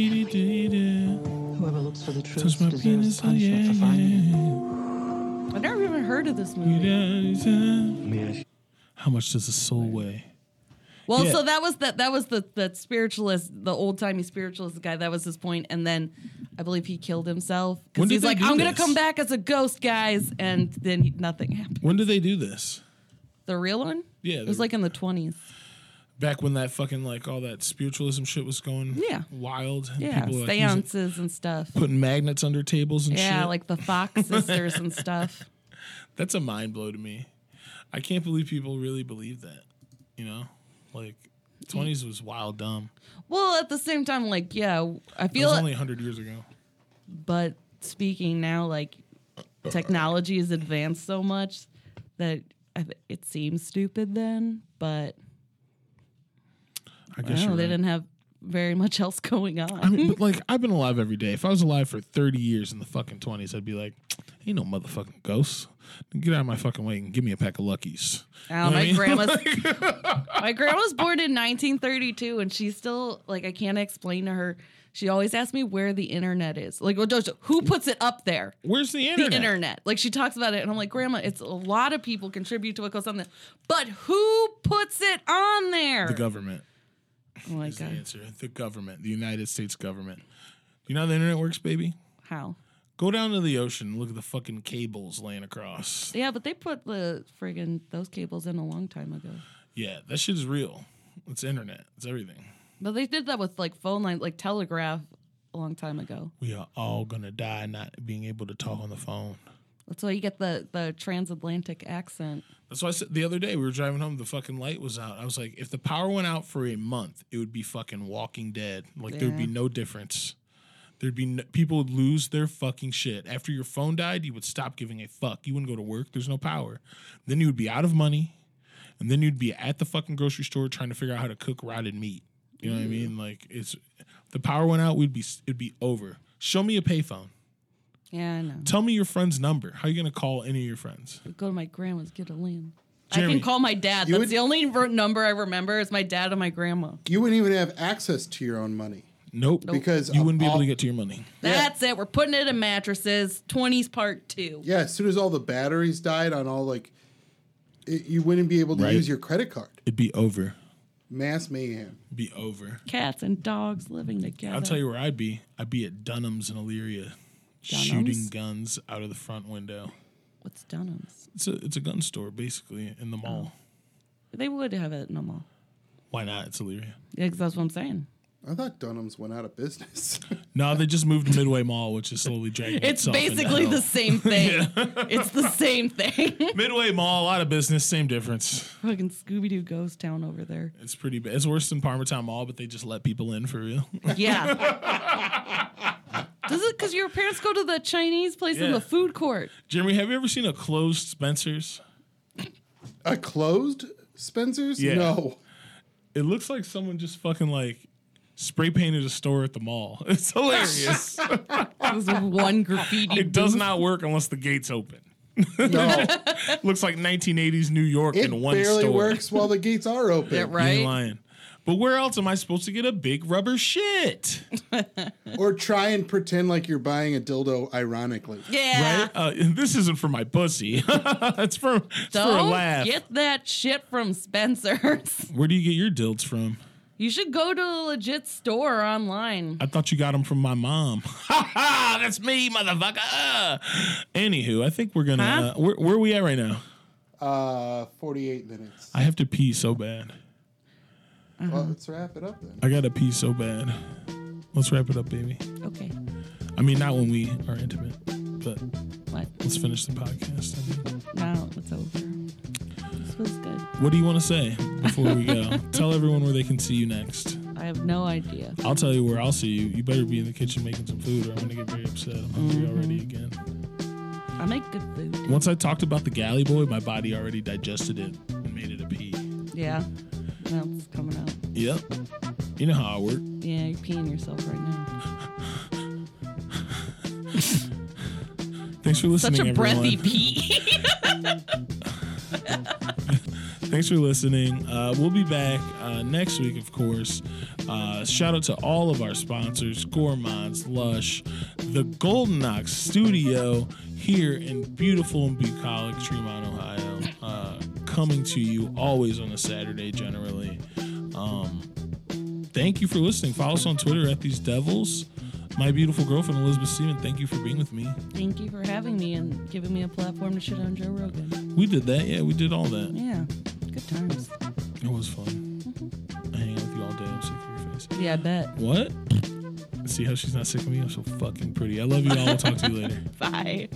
Speaker 2: Boo-boo-dee-dee-dee-dee-dee.
Speaker 8: Whoever looks for the
Speaker 2: touch
Speaker 8: truth
Speaker 2: my
Speaker 8: deserves
Speaker 2: penis
Speaker 8: the
Speaker 2: oh yeah,
Speaker 8: punishment for finding it.
Speaker 2: yeah.
Speaker 3: I've never even heard of this
Speaker 2: You
Speaker 3: movie.
Speaker 2: done, you done. how much does a soul weigh
Speaker 3: Well,
Speaker 2: Yeah.
Speaker 3: so that was that that was the that spiritualist, the old timey spiritualist guy. That was his point, and then I believe he killed himself
Speaker 2: When
Speaker 3: because
Speaker 2: did
Speaker 3: he's
Speaker 2: they
Speaker 3: like,
Speaker 2: do
Speaker 3: "I'm gonna
Speaker 2: this?
Speaker 3: come back as a ghost, guys," and then he- nothing happened.
Speaker 2: when do they do this
Speaker 3: The real one,
Speaker 2: Yeah,
Speaker 3: it
Speaker 2: the-
Speaker 3: was like in the twenties.
Speaker 2: back when that fucking like all that spiritualism shit was going
Speaker 3: Yeah.
Speaker 2: wild and
Speaker 3: Yeah,
Speaker 2: people were, like, using-
Speaker 3: seances and
Speaker 2: *laughs*
Speaker 3: stuff.
Speaker 2: putting magnets under tables and
Speaker 3: Yeah,
Speaker 2: shit
Speaker 3: like the Fox sisters and stuff.
Speaker 2: That's a mind blow to me. I can't believe people really believe that. You know, like twenties was wild dumb.
Speaker 3: Well, at the same time, like yeah, I
Speaker 2: It
Speaker 3: feel.
Speaker 2: was only hundred years ago.
Speaker 3: but speaking now, like technology has advanced so much that I th- it seems stupid then, but
Speaker 2: I guess
Speaker 3: Wow,
Speaker 2: you're
Speaker 3: they
Speaker 2: right.
Speaker 3: didn't have very much else going on.
Speaker 2: I mean, but like I've been alive every day. If I was alive for 30 years in the fucking 20s, I'd be like, ain't no motherfucking ghosts. Get out of my fucking way and give me a pack of luckies.
Speaker 3: Oh,
Speaker 2: You know what I
Speaker 3: my
Speaker 2: mean? *laughs*
Speaker 3: grandma's my grandma's born in 1932, and she's still like I can't explain to her. She always asks me where the internet is. Like, well, Jojo, who puts it up there?
Speaker 2: Where's the
Speaker 3: The
Speaker 2: internet?
Speaker 3: internet. Like she talks about it, and I'm like, Grandma, it's a lot of people contribute to what goes on there, but who puts it on there?
Speaker 2: The government
Speaker 3: oh my
Speaker 2: is the
Speaker 3: god,
Speaker 2: answer. The government, the United States government. You know how the internet works, baby?
Speaker 3: how?
Speaker 2: Go down to the ocean and look at the fucking cables laying across.
Speaker 3: Yeah, but they put the friggin' those cables in a long time ago.
Speaker 2: Yeah, that shit is real. It's internet. It's everything.
Speaker 3: But they did that with like phone lines, like telegraph, a long time ago.
Speaker 2: We are all gonna die not being able to talk on the phone.
Speaker 3: That's why you get the the transatlantic accent.
Speaker 2: That's why I said the other day we were driving home. The fucking light was out. I was like, if the power went out for a month, it would be fucking Walking Dead. Like there would be
Speaker 3: Yeah.
Speaker 2: no difference. There'd be no, people would lose their fucking shit. After your phone died, you would stop giving a fuck. You wouldn't go to work. There's no power. Then you would be out of money, and then you'd be at the fucking grocery store trying to figure out how to cook rotted meat. You know what I mean? Like it's the power went out. We'd be it'd be over. Show me a payphone.
Speaker 3: Yeah, I know.
Speaker 2: Tell me your friend's number. How are you gonna call any of your friends?
Speaker 3: go to my grandma's, get a lamb. I
Speaker 2: Jeremy,
Speaker 3: can call my dad.
Speaker 4: you
Speaker 3: That's
Speaker 4: would-
Speaker 3: the only ro- number I remember is my dad and my grandma.
Speaker 4: You wouldn't even have access to your own money.
Speaker 2: Nope.
Speaker 4: Because
Speaker 2: you
Speaker 4: of
Speaker 2: wouldn't be able
Speaker 4: all-
Speaker 2: to get to your money.
Speaker 3: That's it. We're putting it in mattresses. 20s part two.
Speaker 4: Yeah, as soon as all the batteries died on all like, it, you wouldn't be able to
Speaker 2: Right.
Speaker 4: use your credit card.
Speaker 2: It'd be over.
Speaker 4: Mass mayhem.
Speaker 2: It'd be over.
Speaker 3: Cats and dogs living together.
Speaker 2: I'll tell you where I'd be. I'd be at Dunham's in Elyria, shooting guns out of the front window.
Speaker 3: What's Dunham's?
Speaker 2: It's a it's a gun store basically in the
Speaker 3: Oh.
Speaker 2: mall.
Speaker 3: They would have it in a mall.
Speaker 2: Why not? It's Elyria.
Speaker 3: Yeah, 'cause that's what I'm saying.
Speaker 4: I thought Dunham's went out of business. *laughs*
Speaker 2: No, they just moved to Midway Mall, which is slowly dragging.
Speaker 3: It's
Speaker 2: itself into
Speaker 3: basically
Speaker 2: hell.
Speaker 3: the
Speaker 2: *laughs*
Speaker 3: same thing. It's the same thing. *laughs*
Speaker 2: Midway Mall. A lot of business, same difference.
Speaker 3: Fucking Scooby Doo Ghost Town over there.
Speaker 2: It's pretty bad. It's worse than Parmatown Mall, but they just let people in for real. *laughs*
Speaker 3: Yeah. Does it because your parents go to the Chinese place in
Speaker 2: Yeah.
Speaker 3: the food court?
Speaker 2: Jeremy, have you ever seen a closed Spencer's?
Speaker 4: a closed Spencer's?
Speaker 2: Yeah. *laughs*
Speaker 4: No.
Speaker 2: It looks like someone just fucking like spray painted a store at the mall. *laughs* It's hilarious.
Speaker 3: It was
Speaker 2: *laughs*
Speaker 3: one graffiti.
Speaker 2: it does not work unless the gates open.
Speaker 4: No.
Speaker 2: Looks like 1980s New York
Speaker 4: it
Speaker 2: in one
Speaker 4: barely
Speaker 2: store.
Speaker 4: works while the gates are open.
Speaker 3: Yeah,
Speaker 2: You ain't
Speaker 3: right?
Speaker 2: lying. But where else am I supposed to get a big rubber shit?
Speaker 4: Or try and pretend like you're buying a dildo ironically.
Speaker 3: Yeah.
Speaker 2: Uh, this isn't for my pussy. *laughs* it's for, it's for a
Speaker 3: Don't
Speaker 2: laugh.
Speaker 3: get that shit from Spencer's. *laughs*
Speaker 2: where do you get your dilds from?
Speaker 3: You should go to a legit store online.
Speaker 2: I thought you got them from my mom. *laughs* That's me, motherfucker. Anywho, I think we're gonna.
Speaker 3: Huh?
Speaker 2: Uh, where, where are we at right now?
Speaker 4: Uh, 48 minutes.
Speaker 2: I have to pee so bad.
Speaker 4: Well, let's wrap it up then.
Speaker 2: I gotta pee so bad. Let's wrap it up, baby.
Speaker 3: Okay.
Speaker 2: I mean, not when we are intimate, but
Speaker 3: What?
Speaker 2: let's finish the podcast. I mean.
Speaker 3: Now it's over. This was good.
Speaker 2: What do you want to say before we
Speaker 3: *laughs*
Speaker 2: go? Tell everyone where they can see you next.
Speaker 3: I have no idea.
Speaker 2: I'll tell you where I'll see you. You better be in the kitchen making some food, or I'm gonna get very upset. I'm hungry
Speaker 3: Mm-hmm.
Speaker 2: already again.
Speaker 3: I make good food.
Speaker 2: Once I talked about the galley boy, my body already digested it and made it a pee.
Speaker 3: Yeah. Now it's coming out.
Speaker 2: Yep. You know how I work.
Speaker 3: Yeah, you're peeing yourself right now.
Speaker 2: Thanks for listening,
Speaker 3: Such a
Speaker 2: everyone.
Speaker 3: breathy pee. *laughs*
Speaker 2: Thanks for listening. Uh, we'll be back uh, next week, of course. Uh, shout out to all of our sponsors Gourmands, Lush, the Golden Ox Studio here in beautiful and bucolic Tremont, Ohio. Uh, coming to you always on a Saturday, generally. Um, thank you for listening. Follow us on Twitter at These Devils. My beautiful girlfriend, Elizabeth Seaman, thank you for being with me.
Speaker 3: Thank you for having me and giving me a platform to shit on Joe Rogan.
Speaker 2: We did that. Yeah, we did all that.
Speaker 3: Yeah. Good times.
Speaker 2: It was fun. I hang out with you all day. I'm sick of your face.
Speaker 3: Yeah, I bet.
Speaker 2: What? See how she's not sick of me? I'm so fucking pretty. I love you all. I'll talk to you later.
Speaker 3: Bye.